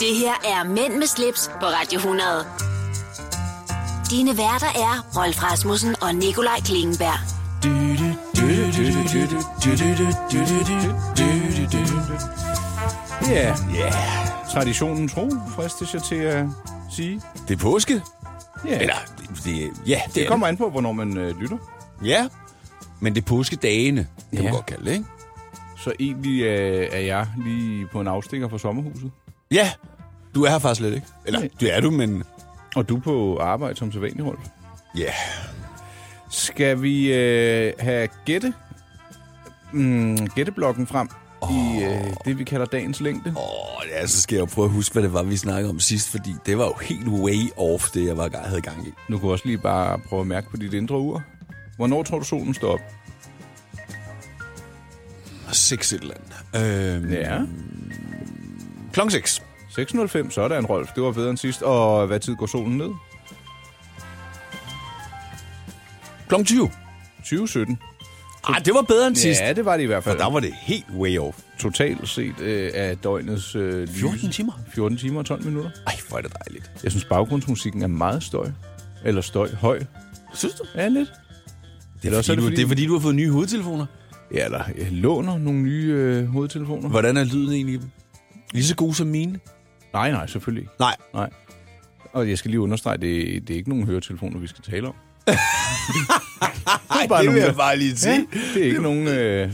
Det her er Mænd med slips på Radio 100. Dine værter er Rolf Rasmussen og Nikolaj Klingenberg. Ja, traditionen tro, fristes jeg til at sige. Det er påske. Ja, Eller, det, ja, det, det kommer an på, hvornår man øh, lytter. Ja, men det er påskedagene, kan Ja. man godt kalde det, ikke? Så egentlig øh, er jeg lige på en afstikker fra sommerhuset. Ja, du er her faktisk slet ikke. Eller, Nej. det er du, men... Og du er på arbejde som sædvanlig, Rolf. Ja, Skal vi øh, have gætte, mm, gætteblokken frem oh. i øh, det, vi kalder dagens længde? Oh. Åh, ja, så skal jeg jo prøve at huske, hvad det var, vi snakkede om sidst, fordi det var jo helt way off, det jeg var, havde gang i. Nu kan du også lige bare prøve at mærke på dit indre ur. Hvornår tror du, solen står op? Og Seks et eller andet. Øhm, Ja, Klokken seks. 6.05, sådan Rolf. Det var bedre end sidst. Og hvad tid går solen ned? Klokken 20. 2017. Ah, det var bedre end sidst. Ja, det var det i hvert For fald. der var det helt way off. Totalt set øh, af døgnets øh, lyse. 14 timer? 14 timer og 12 minutter. Ej, hvor er det dejligt. Jeg synes, baggrundsmusikken er meget støj. Eller støj høj. Synes du? Ja, lidt. Det er, Eller fordi, også er det du, fordi- det er fordi, du har fået nye hovedtelefoner. Ja, eller jeg låner nogle nye øh, hovedtelefoner. Hvordan er lyden egentlig? i dem? Lige så god som mine? Nej, nej, selvfølgelig ikke. Nej. Nej. Og jeg skal lige understrege, det, det er ikke nogen høretelefoner, vi skal tale om. Nej, bare det vil nogle- jeg bare lige sige. Det er ikke nogen... Øh...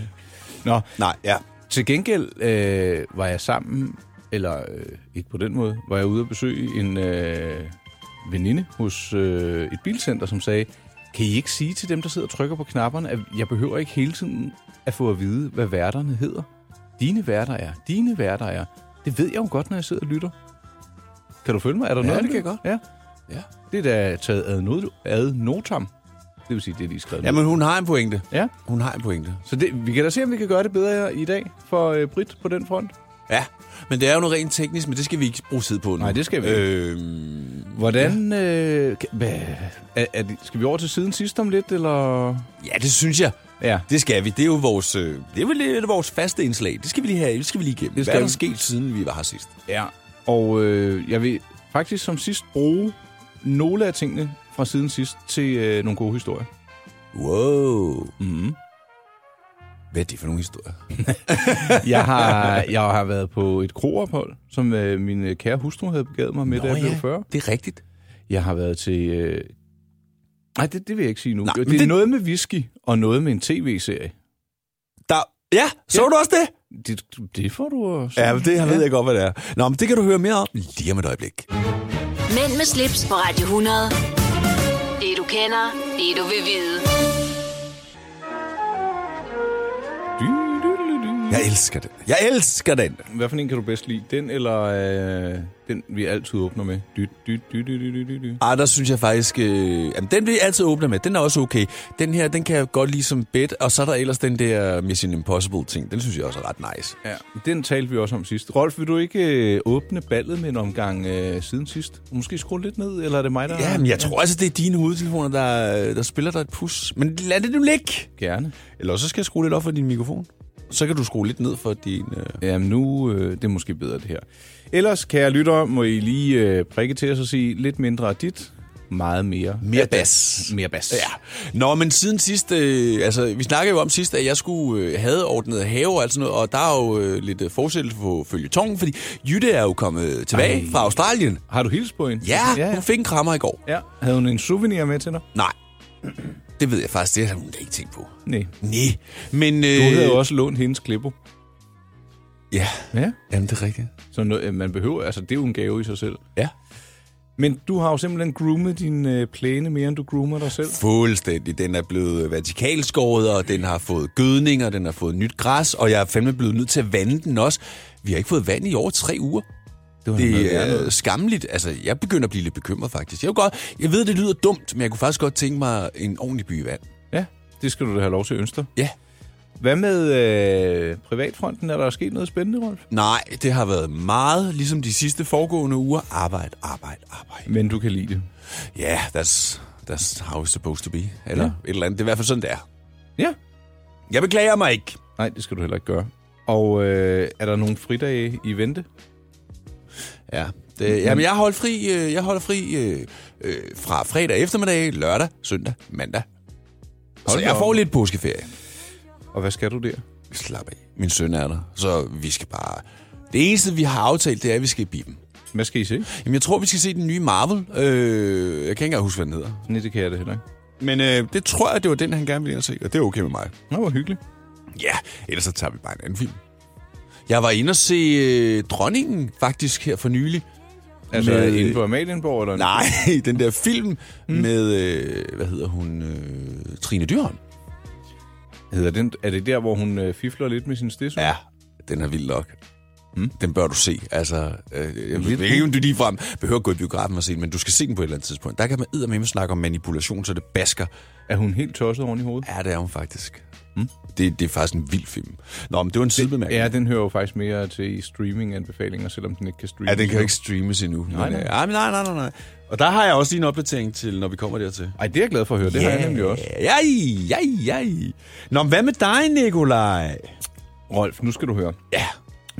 Nå, Nej, ja. til gengæld øh, var jeg sammen, eller øh, ikke på den måde, var jeg ude at besøge en øh, veninde hos øh, et bilcenter, som sagde, kan I ikke sige til dem, der sidder og trykker på knapperne, at jeg behøver ikke hele tiden at få at vide, hvad værterne hedder? Dine værter er, dine værter er. Det ved jeg jo godt, når jeg sidder og lytter. Kan du følge mig? Er der Ja, noget? det af kan jeg Ja. Ja. Det er da taget ad, not- ad notam. Det vil sige, det er lige skrevet ned. Jamen, hun har en pointe. Ja. Hun har en pointe. Så det, vi kan da se, om vi kan gøre det bedre i dag for øh, Brit på den front. Ja, men det er jo noget rent teknisk, men det skal vi ikke bruge tid på nu. Nej, det skal vi ikke. Øhm, Hvordan... Ja. Øh, kan, hvad, er, er det, skal vi over til siden sidst om lidt, eller... ja, det synes jeg. Ja. Det skal vi. Det er jo vores, øh, det er vel lidt vores faste indslag. Det skal vi lige have. Det skal vi lige igennem. Det Hvad skal er der vi. sket, siden vi var her sidst? ja. Og øh, jeg vil faktisk som sidst bruge nogle af tingene fra siden sidst til øh, nogle gode historier. Wow. Mm-hmm. Hvad er det for nogle historier? Jeg har, jeg har været på et kroophold, som øh, min øh, kære hustru havde begavet mig med, Nå, da jeg blev 40. det er rigtigt. Jeg har været til... Øh... Nej, det, det vil jeg ikke sige nu. Nej, Nej, men det er det- det... noget med whisky og noget med en tv-serie. Der, ja, så ja. du også det? Det, det får du at se. Ja, men det her ved jeg godt, hvad det er. Nå, men det kan du høre mere om lige om et øjeblik. Mænd med slips på Radio 100. Det du kender, det du vil vide. Du, du, du, du. Jeg elsker den. Jeg elsker den. Hvad for en kan du bedst lide? Den eller øh, den, vi altid åbner med? Dyt, dyt, dyt, dyt, dyt, dyt, dyt, dyt. Ah, der synes jeg faktisk... Øh, jamen, den vil jeg altid åbne med. Den er også okay. Den her, den kan jeg godt lide som bed. Og så er der ellers den der Mission Impossible-ting. Den synes jeg også er ret nice. Ja, den talte vi også om sidst. Rolf, vil du ikke øh, åbne ballet med en omgang øh, siden sidst? Måske skrue lidt ned, eller er det mig, der... Ja, men jeg tror altså, det er dine hovedtelefoner, der, der spiller dig et pus. Men lad det nu ligge. Gerne. Eller også så skal jeg skrue lidt op for din mikrofon. Så kan du skrue lidt ned for din... Øh... Jamen nu, øh, det er måske bedre det her. Ellers, kære lytter, må I lige øh, prikke til os og sige lidt mindre af dit, meget mere. Mere af dat. bas. Mere bas. Ja. Nå, men siden sidst... Øh, altså, vi snakkede jo om sidst, at jeg skulle øh, have ordnet have og alt sådan noget. Og der er jo øh, lidt øh, forsættelse på følgetongen, fordi Jytte er jo kommet tilbage Ej. Ej. fra Australien. Har du hils på hende? Ja, ja, hun ja. fik en krammer i går. ja. Havde hun en souvenir med til dig? Nej, det ved jeg faktisk. Det har hun da ikke tænkt på. Nej. Nej, men... Øh, Du havde jo også lånt hendes klippo. Ja, Ja. jamen det er rigtigt. Så noget, man behøver, altså det er jo en gave i sig selv. Ja. Men du har jo simpelthen groomet din øh, plæne mere, end du groomer dig selv. Fuldstændig. Den er blevet vertikalskåret, og den har fået gødning, og den har fået nyt græs, og jeg er fandme blevet nødt til at vande den også. Vi har ikke fået vand i over tre uger. var noget Det værre er noget. skamligt. Altså, jeg begynder at blive lidt bekymret, faktisk. Jeg, kunne godt, jeg ved, det lyder dumt, men jeg kunne faktisk godt tænke mig en ordentlig by vand. Ja, det skal du da have lov til at ønske dig. Ja. Hvad med øh, privatfronten? Er der sket noget spændende, Rolf? Nej, det har været meget, ligesom de sidste foregående uger. Arbejde, arbejde, arbejde. Men du kan lide det. Ja, yeah, that's, that's how it's supposed to be. Eller Ja. ja. et eller andet. Det er i hvert fald sådan, det er. Ja. Jeg beklager mig ikke. Nej, det skal du heller ikke gøre. Og øh, er der nogle fridage i vente? Ja. Det, jamen, jeg holder fri, øh, jeg holder fri øh, øh, fra fredag eftermiddag, lørdag, søndag, mandag. Så Hold da jeg op. får lidt påskeferie. Og hvad skal du der? Slap af. Min søn er der, så vi skal bare... Det eneste, vi har aftalt, det er, at vi skal i biben. Hvad skal I se? Jamen, jeg tror, vi skal se den nye Marvel. Øh, jeg kan ikke engang huske, hvad den hedder. Nej, det kan jeg da heller ikke. Men øh, det tror jeg, det var den, han gerne ville ind og se, og det er okay med mig. Nå, hvor hyggeligt. Ja, ellers så tager vi bare en anden film. Jeg var inde og se øh, Dronningen, faktisk, her for nylig. Altså, Med- med... inde på Amalienborg, eller? Nej, den der film mm. med, øh, hvad hedder hun, øh, Trine Dyrholm. Hedder den, er det der, hvor hun øh, fifler lidt med sin stissel? Ja, den er vild nok. Mm. Den bør du se. Altså, øh, jeg ved Lidt. ikke, om du ligefrem behøver at gå i biografen og se den, men du skal se den på et eller andet tidspunkt. Der kan man eddermame snakke om manipulation, så det basker. Er hun helt tosset oven i hovedet? Ja, det er hun faktisk. Mm. Det, det er faktisk en vild film. Nå, men det var en sidebemærkning. Ja, den hører jo faktisk mere til i streaming-anbefalinger, selvom den ikke kan streame. Ja, den kan jo ikke streames endnu. Nej, nej. men, nej. Øh, nej, nej, nej, nej. Og der har jeg også lige en opdatering til, når vi kommer dertil. Ej, det er jeg glad for at høre. Det yeah. har jeg nemlig også. Ja, ja, ja. Nå, men hvad med dig, Nikolaj? Rolf, nu skal du høre. Ja.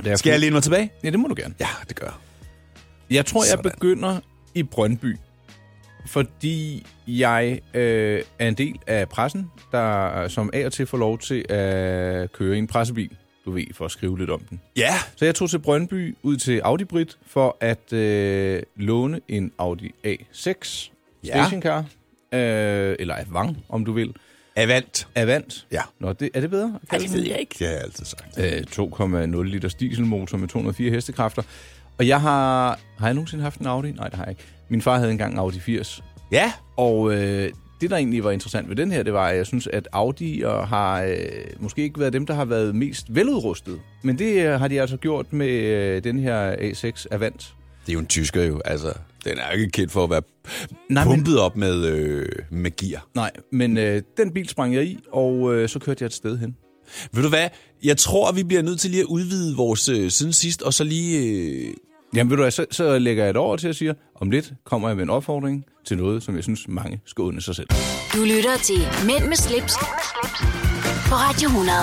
Da jeg Skal jeg flyt- læne mig tilbage? Ja, det må du gerne. Ja, det gør jeg. Jeg tror, jeg Sådan. begynder i Brøndby, fordi jeg øh, er en del af pressen, der som af og til får lov til at køre i en pressebil, du ved, for at skrive lidt om den. Ja. Så jeg tog til Brøndby ud til Audi Brit for at øh, låne en Audi A6 Ja. stationcar, øh, eller Avant, om du vil. Avant. Avant. Ja. Nå, det, er det bedre? at kalde den? jeg ikke. Det har jeg altid sagt. Øh, 2,0 liters dieselmotor med 204 hestekræfter. Og jeg har... Har jeg nogensinde haft en Audi? Nej, det har jeg ikke. Min far havde engang en Audi 80. Ja. Og øh, det, der egentlig var interessant ved den her, det var, at jeg synes, at Audi'er har øh, måske ikke været dem, der har været mest veludrustet. Men det øh, har de altså gjort med øh, den her A6 Avant. Det er jo en tysker jo, altså. Den er jo ikke kendt for at være Nej, men- pumpet op med, øh, med gear. Nej, men øh, den bil sprang jeg i, og øh, så kørte jeg et sted hen. Ved du hvad? Jeg tror, vi bliver nødt til lige at udvide vores øh, siden sidst, og så lige... Øh, Jamen ved du hvad, så, så lægger jeg et over til at sige, om lidt kommer jeg med en opfordring til noget, som jeg synes, mange skal unde sig selv. Du lytter til Mænd med slips, på Radio 100.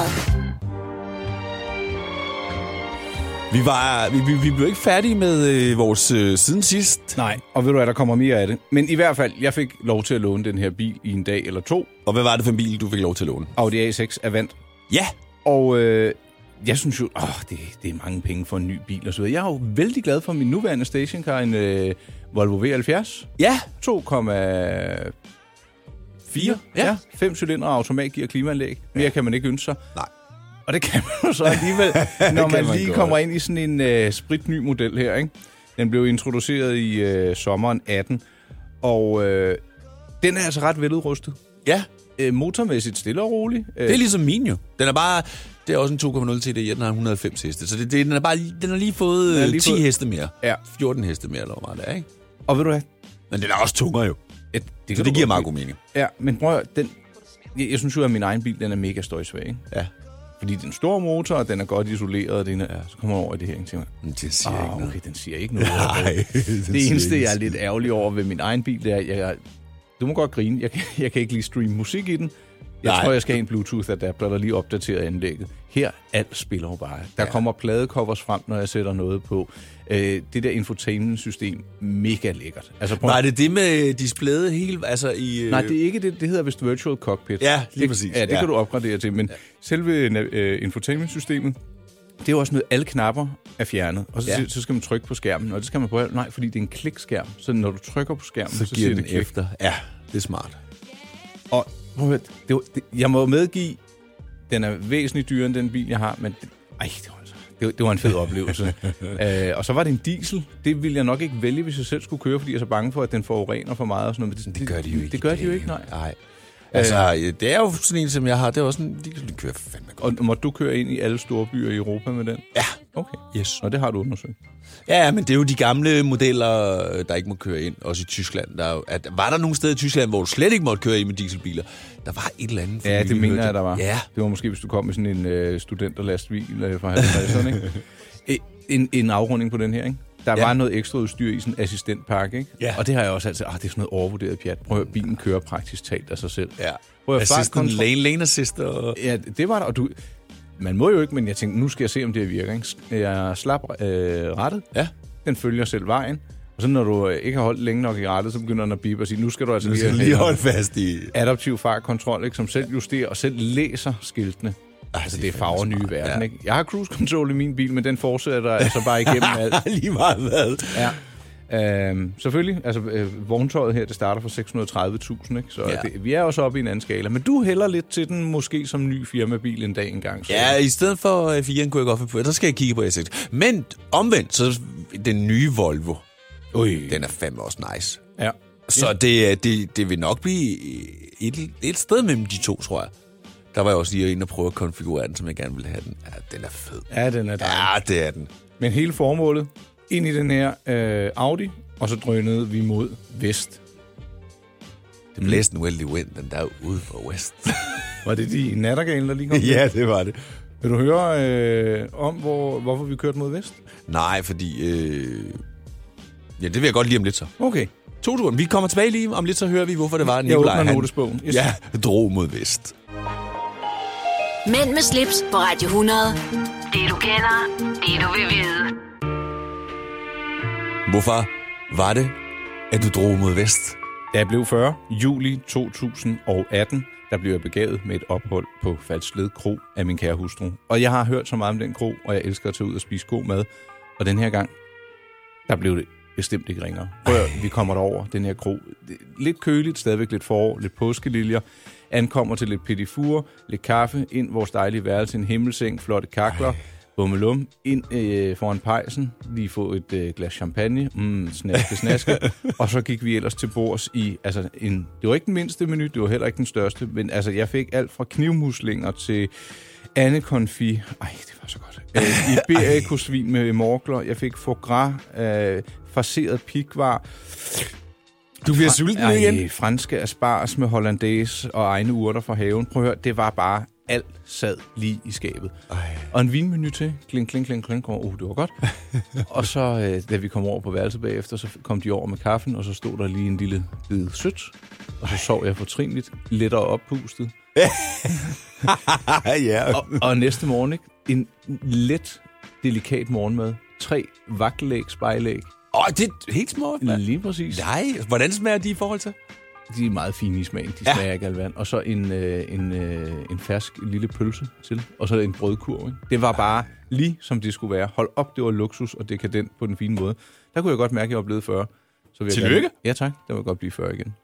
vi, var, vi, vi, vi blev ikke færdige med øh, vores øh, siden sidst. Nej, og ved du hvad, der kommer mere af det. Men i hvert fald, jeg fik lov til at låne den her bil i en dag eller to. Og hvad var det for en bil, du fik lov til at låne? Audi A6 Avant. Ja. Og øh, jeg synes jo, åh, det, det er mange penge for en ny bil og så videre. Jeg er jo vældig glad for min nuværende stationcar, en øh, Volvo V70. Ja. 2,4. Fire? Ja. Ja. Fem cylindre, automatgear, klimaanlæg. Mere kan man ikke ønske sig. Nej. Og det kan man jo så alligevel, når kan man man lige godt. kommer ind i sådan en øh, spritny model her. Ikke? Den blev introduceret i øh, sommeren 18, og øh, den er altså ret veludrustet. Ja. Øh, motormæssigt stille og rolig. Øh, Det er ligesom min jo. Den er bare... Det er også en 2,0 TDI, den har 190 heste. Så det, det, den, er bare, den har lige fået Den har øh, lige 10 fået- heste mere. Ja. 14 heste mere, eller hvor meget det er, ikke? og ved du hvad? Men den er også tungere jo. Ja, Det, kan så det du giver godt meget lide. god mening. Ja, men prøv at, høre, den, jeg, jeg synes jo, at min egen bil den er mega støjsvag. Ikke? Ja. Fordi den store motor, og den er godt isoleret, og den er, ja, så kommer jeg over i det her, ikke? Tænker, Men det siger jeg oh, ikke okay, noget. den siger ikke noget. Nej, det, Det eneste, jeg er lidt ærgerlig over ved min egen bil, det er, at jeg, du må godt grine, jeg, kan- jeg kan ikke lige streame musik i den. Jeg Nej. Nej. tror, jeg skal have en Bluetooth-adapter, der lige opdaterer anlægget. Her, alt spiller jo bare. Der ja. kommer pladecovers frem, når jeg sætter noget på. Øh, det der infotainment-system, mega lækkert. Altså, prøv, Nej, det er det med displayet helt... Altså i... øh, Nej, det er ikke det. Det hedder vist Virtual Cockpit. Ja, lige det, præcis. Ja, det Ja. kan du opgradere til. Men ja. selve uh, infotainment-systemet, det er jo også noget, alle knapper er fjernet. Og så, Ja. ja. så skal man trykke på skærmen, og det skal man på. Nej, fordi det er en klikskærm. Så når du trykker på skærmen, så, så giver siger den det klik. efter. Ja, det er smart. Og prøv at høre, det, var- det, jeg må jo medgive, den er væsentligt dyrere end den bil, jeg har, men det, ej, det var, altså- det, var- det var en fed oplevelse. øh, og så var det en diesel. Det ville jeg nok ikke vælge, hvis jeg selv skulle køre, fordi jeg er så bange for, at den forurener for meget og sådan noget. Men det, Det gør de jo ikke. Det gør i de jo dag, ikke, nej. Nej. Altså, øh, det er jo sådan en, som jeg har. Det er også en... De, de kører fandme godt. Og måtte du køre ind i alle store byer i Europa med den? Ja. Okay. Yes. Og det har du undersøgt. Ja, men det er jo de gamle modeller, øh, der ikke må køre ind, også i Tyskland. Der, er jo- at, var der nogle steder i Tyskland, hvor du slet ikke måtte køre ind med dieselbiler? Der var et eller andet. for Ja, nylig, det mener hørte jeg, der var. Ja, Det var måske, hvis du kom med sådan en øh, studenterlastbil øh, fra 50'erne, ikke? E- En, en afrunding på den her, ikke? Der Ja. var noget ekstra udstyr i sådan en assistentpakke, ikke? Ja. Og det har jeg også altid, ah, det er sådan noget overvurderet pjat. Prøv at høre, bilen kører praktisk talt af sig selv. ja. Prøv at høre, Assistant, fartkontrol- lane, lane assist og... Ja, det var der, og du... Man må jo ikke, men jeg tænkte, nu skal jeg se, om det virker, ikke? Jeg slap øh, rettet, Ja. Den følger selv vejen. Og så når du øh, ikke har holdt længe nok i rettet, så begynder den at bippe og sige, nu skal du altså Du lige, skal have lige noget holde fast i... adaptiv fartkontrol, ikke, som selv justerer og selv læser skiltene. Altså, det er farver nye verden, Ja. ikke? Jeg har cruise control i min bil, men den fortsætter altså bare igennem alt. lige meget hvad. Ja. Øhm, selvfølgelig, altså øh, vogntøjet her, det starter for 630.000, ikke? Så Ja. ja. det, vi er også oppe i en anden skala. Men du hælder lidt til den, måske som ny firmabil en dag engang. Så. Ja, i stedet for øh, 4'en kunne jeg godt finde på, så skal jeg kigge på S6. Men omvendt, så den nye Volvo, Ui. den er fandme også nice. Ja. Så det, er- det, det vil nok blive et, et sted mellem de to, tror jeg. Der var jeg også lige inde og prøve at konfigurere den, som jeg gerne ville have den. Ja, den er fed. ja, den er dejlig. Ja, det er den. Men hele formålet, ind i den her øh, Audi, og så drønede vi mod vest. Mm. Det blæste en uheldig wind, den der ude fra West. Var det de nattergale, der lige kom? det var det. Vil du høre øh, om, hvor, hvorfor vi kørte mod vest? Nej, fordi... Øh... Ja, det vil jeg godt lige om lidt så. Okay. To turen. Vi kommer tilbage lige om lidt, så hører vi, hvorfor det var, at Jeg Nikolaj... åbner han- notesbogen. Yes. Ja, drog mod vest. Mænd med slips på Radio 100. Det du kender, det du vil vide. Hvorfor var det, at du drog mod vest? Da jeg blev 40, juli 2018, der blev jeg begavet med et ophold på Falsled Kro af min kære hustru. Og jeg har hørt så meget om den kro, og jeg elsker at tage ud og spise god mad. Og den her gang, der blev det bestemt ikke ringere. Prøv, at høre, vi kommer derover, den her kro. Det er Lidt køligt, stadigvæk lidt forår, lidt påskeliljer. Ankommer til lidt pedifure, lidt kaffe, ind i vores dejlige værelse, en himmelseng, flotte kakler, bummelum, ind øh, foran pejsen, lige få et øh, glas champagne, mm, snaske, snaske, og så gik vi ellers til bords i, altså en, det var ikke den mindste menu, det var heller ikke den største, men altså jeg fik alt fra knivmuslinger til andekonfi. Ej, det var så godt. Øh, Iberico-svin med morgler. Jeg fik foie gras, øh, farseret pikvar. Du bliver Ej, franske asparges med hollandaise og egne urter fra haven. Prøv at høre, det var bare alt sad lige i skabet. Ej. Og en vinmenu til. Kling, kling, kling, kling. Åh, oh, det var godt. og så, øh, da vi kom over på værelset bagefter, så kom de over med kaffen, og så stod der lige en lille bid sødt. Og så sov jeg fortrinligt, lettere oppustet. ja. og, og næste morgen, ikke? En let, delikat morgenmad. Tre vakkelæg, spejlæg. Åh, det er helt små. Lige præcis. Ja. Nej, hvordan smager de i forhold til? De er meget fine i smagen. De Ja. smager ikke af vand. Og så en, øh, en, øh, en fersk lille pølse til. Og så en brødkurv. Ikke? Det var bare lige, som det skulle være. Hold op, det var luksus og dekadent på den fine måde. Der kunne jeg godt mærke, at jeg var blevet 40. Så vil jeg Tillykke. Gerne... Ja tak, der vil jeg godt blive 40 igen.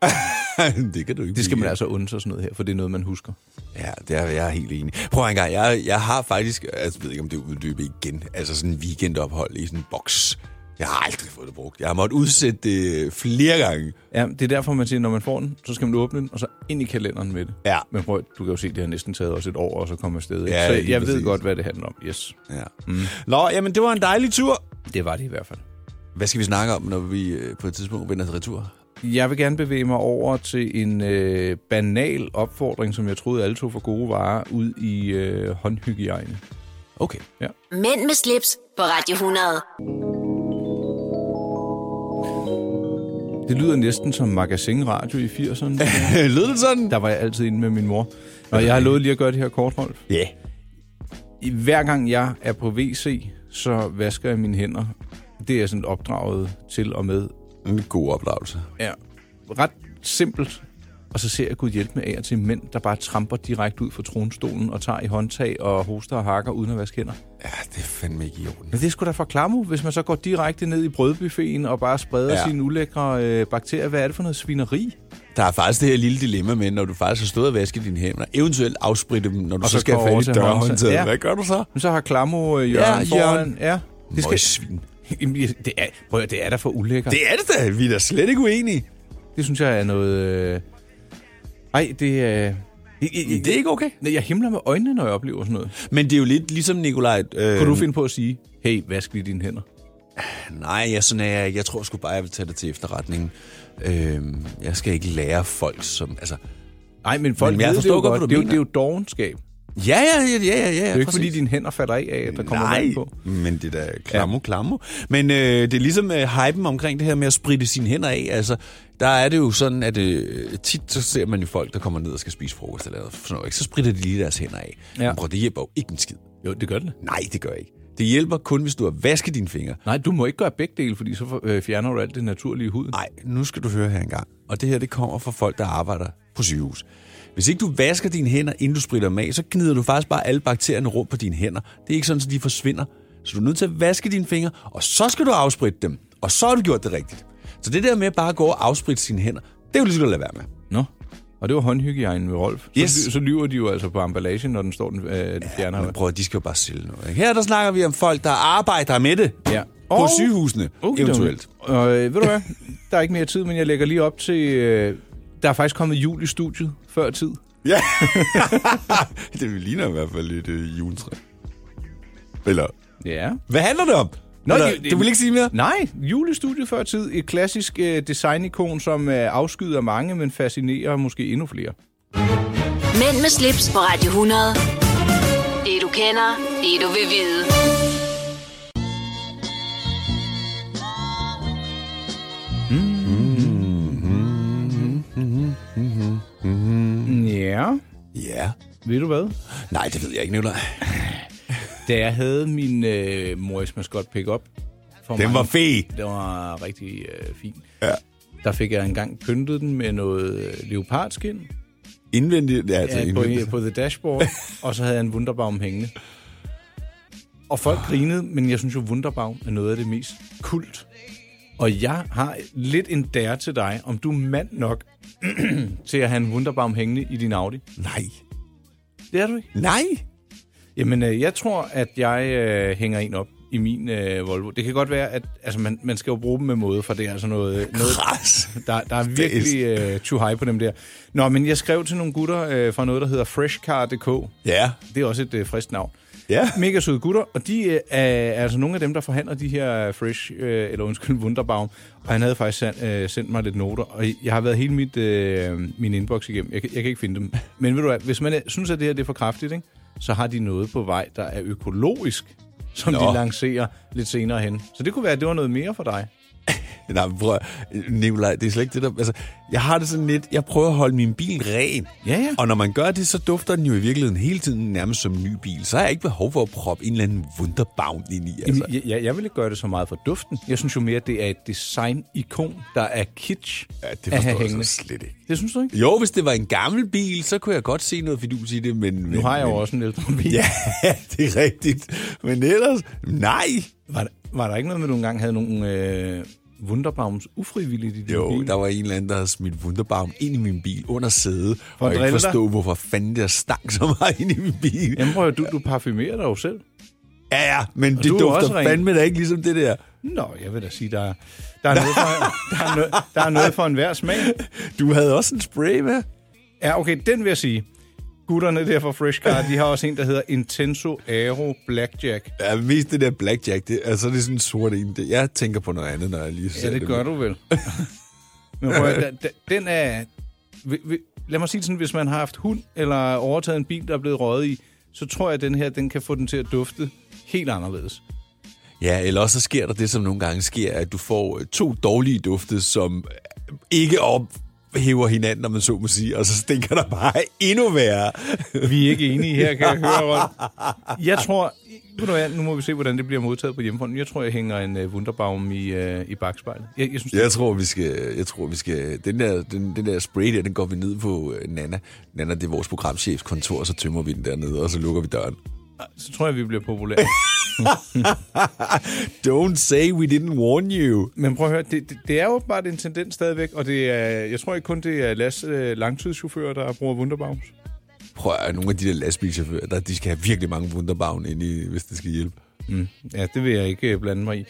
det kan du ikke Det skal man altså undre sig sådan noget her, for det er noget, man husker. Ja, det er, jeg er helt enig. Prøv en gang, jeg, jeg har faktisk, jeg ved ikke om det er uddybet igen, altså sådan en weekendophold i sådan en boks. Jeg har aldrig fået det brugt. Jeg har måttet udsætte det flere gange. Ja, det er derfor, man siger, når man får den, så skal man åbne den, og så ind i kalenderen med det. Ja. Men prøv, at- du kan jo se, det har næsten taget os et år, og så komme afsted. ikke? Ja, så lige jeg ved præcis. godt, hvad det handler om. Yes. Ja. Mm. Nå, jamen det var en dejlig tur. Det var det i hvert fald. Hvad skal vi snakke om, når vi øh, på et tidspunkt vender til retur? Jeg vil gerne bevæge mig over til en øh, banal opfordring, som jeg troede alle tog for gode varer, ud i øh, håndhygiejne. Okay. Ja. Mænd med slips på Radio 100. Det lyder næsten som magasinradio i 80'erne. Lød det sådan? Der var jeg altid inde med min mor. Og jeg har lovet lige at gøre det her kort, Rolf. Ja. I- hver gang jeg er på WC, så vasker jeg mine hænder. Det er jeg sådan opdraget til og med. En god oplevelse. Er ret simpelt. Og så ser jeg Gud hjælpe med af og til mænd, der bare tramper direkte ud fra tronstolen og tager i håndtag og hoster og hakker uden at vaske hænder. Ja, det er fandme ikke i orden. Men det skulle da for klamme, hvis man så går direkte ned i brødbuffeten og bare spreder Ja. ja. sine ulækre øh, bakterier. Hvad er det for noget svineri? Der er faktisk det her lille dilemma med, når du faktisk har stået og vasket dine hænder, eventuelt afspritte dem, når du Og så så skal går have over fat i til håndtaget. dørhåndtaget. Ja. Ja. Hvad gør du så? Men så har klamme øh, Jørgen Ja, Jørgen. foran. Ja, det skal... Møgsvin. Jamen, det er, prøv at, høre, det er da for ulækkert. Det er det da. Vi er da slet ikke uenige. Det synes jeg er noget... Øh... Ej, det er... Det er ikke okay. Øh... Jeg himler med øjnene, når jeg oplever sådan noget. Men det er jo lidt ligesom Nikolaj... Øh, Kunne du finde på at sige, hey, vask lige dine hænder? Nej, jeg, sådan er jeg, ikke. jeg tror sgu bare, jeg vil tage det til efterretning. Øh, jeg skal ikke lære folk som... Altså, Nej, men folk Men jeg ved det jo forstår godt, godt. hvad du Det er jo, mener. det er jo dogenskab. Det ja, ja, ja, ja, ja. Det er jo ikke, fordi dine hænder falder af, af at der kommer Nej, vand på. men det er da klammo, klammo. Men øh, det er ligesom øh, hypen omkring det her med at spritte sine hænder af. Altså, der er det jo sådan, at øh, tit så ser man jo folk, der kommer ned og skal spise frokost eller sådan noget. ikke? Så spritter de lige deres hænder af. Ja. Men Bror, det hjælper jo ikke en skid. Jo, det gør det. Nej, det gør ikke. Det hjælper kun, hvis du har vasket dine fingre. Nej, du må ikke gøre begge dele, fordi så øh, fjerner du alt det naturlige i huden. Nej, nu skal du høre her engang. Og det her, det kommer fra folk, der arbejder på sygehus. Hvis ikke du vasker dine hænder, inden du spritter dem af, så gnider du faktisk bare alle bakterierne rundt på dine hænder. Det er ikke sådan, at de forsvinder. Så du er nødt til at vaske dine fingre, og så skal du afspritte dem. Og så har du gjort det rigtigt. Så det der med bare at gå og afspritte sine hænder, det vil du lige så godt lade være med. Nå. Og det var håndhygiejnen med Rolf. Så, Yes. ly- så lyver de jo altså på emballagen, når den står, den, øh, den fjerner. Men prøv at de skal jo bare sælge noget. Ikke? Her der snakker vi om folk, der arbejder med det. Ja. På Og- sygehusene, Okay, eventuelt. Og, øh, ved du hvad? Der er ikke mere tid, men jeg lægger lige op til... Øh, der er faktisk kommet jul i studiet før tid. Ja. det ligner i hvert fald lidt øh, juletræ. Eller... Ja. Hvad handler det om? Nå, Eller, det- det- du vil ikke sige mere? Nej, julestudiet før tid. Et klassisk øh, designikon, som øh, afskyder mange, men fascinerer måske endnu flere. Mænd med slips på Radio 100. Det du kender, det du vil vide. Ja, Ja. ved du hvad? Nej, det ved jeg ikke, Nicolaj. Da jeg havde min øh, Morris Mascot pick-up... for Den mange- var fed. Den var rigtig øh, fin. Ja. Der fik jeg engang pyntet den med noget øh, leopardskin Indvendigt. Ja, altså ja, på, indvendigt. på the dashboard, og så havde jeg en Wunderbaum hængende. Og folk grinede, men jeg synes jo, Wunderbaum er noget af det mest kult. Og jeg har lidt en dær til dig, om du er mand nok til at have en Wunderbaum hængende i din Audi. Nej. Det er du ikke. Nej. Jamen, øh, jeg tror, at jeg øh, hænger en op i min øh, Volvo. Det kan godt være, at altså, man, man skal jo bruge dem med måde, for det er altså noget, noget Kras. der, der er virkelig øh, too high på dem der. Nå, men jeg skrev til nogle gutter øh, fra noget, der hedder freshcar.dk. Ja. Det er også et øh, frisk navn. Ja. Mega søde gutter, og de øh, er er altså nogle af dem, der forhandler de her øh, Fresh, øh, eller undskyld, Wunderbaum. Og han havde faktisk sendt, øh, sendt mig lidt noter, og jeg har været hele mit, øh, min inbox igennem. Jeg, kan- jeg kan ikke finde dem. Men ved du hvad, hvis man øh, synes, at det her det er for kraftigt, ikke? så har de noget på vej, der er økologisk, som Nå. Nå. de lancerer lidt senere hen. Så det kunne være, at det var noget mere for dig. Nej, men prøv at- Nicolaj, det er slet ikke det der... Altså, jeg har det sådan lidt... Jeg prøver at holde min bil ren. Ja, ja. Og når man gør det, så dufter den jo i virkeligheden hele tiden nærmest som en ny bil. Så har jeg ikke behov for at proppe en eller anden wunderbaum ind i. Altså. Jamen, jeg, jeg vil ikke gøre det så meget for duften. Jeg synes jo mere, at det er et design-ikon, der er kitsch Ja, det at forstår have jeg hængende. så slet ikke. Det synes du ikke? Jo, hvis det var en gammel bil, så kunne jeg godt se noget fidus i det, men... Nu har jeg jo også en ældre bil. Ja, det er rigtigt. Men ellers, nej. Var, der- var der ikke noget med, at du engang havde nogle øh, Wunderbaums ufrivilligt i din Jo, bil? der var en eller anden, der havde smidt Wunderbaum ind i min bil under sædet, og jeg ikke drille dig? forstod, hvorfor fanden der stank så meget ind i min bil. Jamen prøv at høre, du, du parfumerer dig jo selv. Ja, ja, men det du er også dufter ren. fandme da ikke ligesom det der. Nå, jeg vil da sige, der, er- der, er, noget for, der, er, noget, der er noget for enhver smag. Du havde også en spray med. Ja, okay, den vil jeg sige. Gutterne der fra Fresh Car, de har også en, der hedder Intenso Aero Blackjack. Ja, mest det der blackjack, det, altså det er sådan en sort en. Det, jeg tænker på noget andet, når jeg lige ser Ja, det gør men- du vel. Men prøv, at høre, da, da, den er... vi- vi- Lad mig sige det sådan, hvis man har haft hund eller overtaget en bil, der er blevet røget i, så tror jeg, at den her den kan få den til at dufte helt anderledes. Ja, eller også så sker der det, som nogle gange sker, at du får øh, to dårlige dufte, som øh, ikke ophæver hinanden, om man så må sige, og så stinker der bare endnu værre. Vi er ikke enige her, kan jeg høre, Rolf. Jeg tror... Ved du hvad, nu må vi se, hvordan det bliver modtaget på hjemmefronten. Jeg tror, jeg hænger en uh, Wunderbaum i, uh, i bagspejlet. Jeg, jeg synes, Jeg tror, vi skal... Jeg tror, vi skal den, der, den, den der spray der, den går vi ned på øh, Nana. Nana, det er vores programchefs kontor, og så tømmer vi den dernede, og så lukker vi døren. så tror jeg, vi bliver populære. Don't say we didn't warn you. Men prøv at høre, det, det, det er åbenbart en tendens stadigvæk, og det er, jeg tror ikke kun, det er Lasse øh, langtidschauffører, der bruger Wunderbaums. Prøv at høre, nogle af de der lastbilchauffører, der, de skal have virkelig mange wunderbaum ind i, hvis det skal hjælpe. Ja, det vil jeg ikke øh, blande mig i.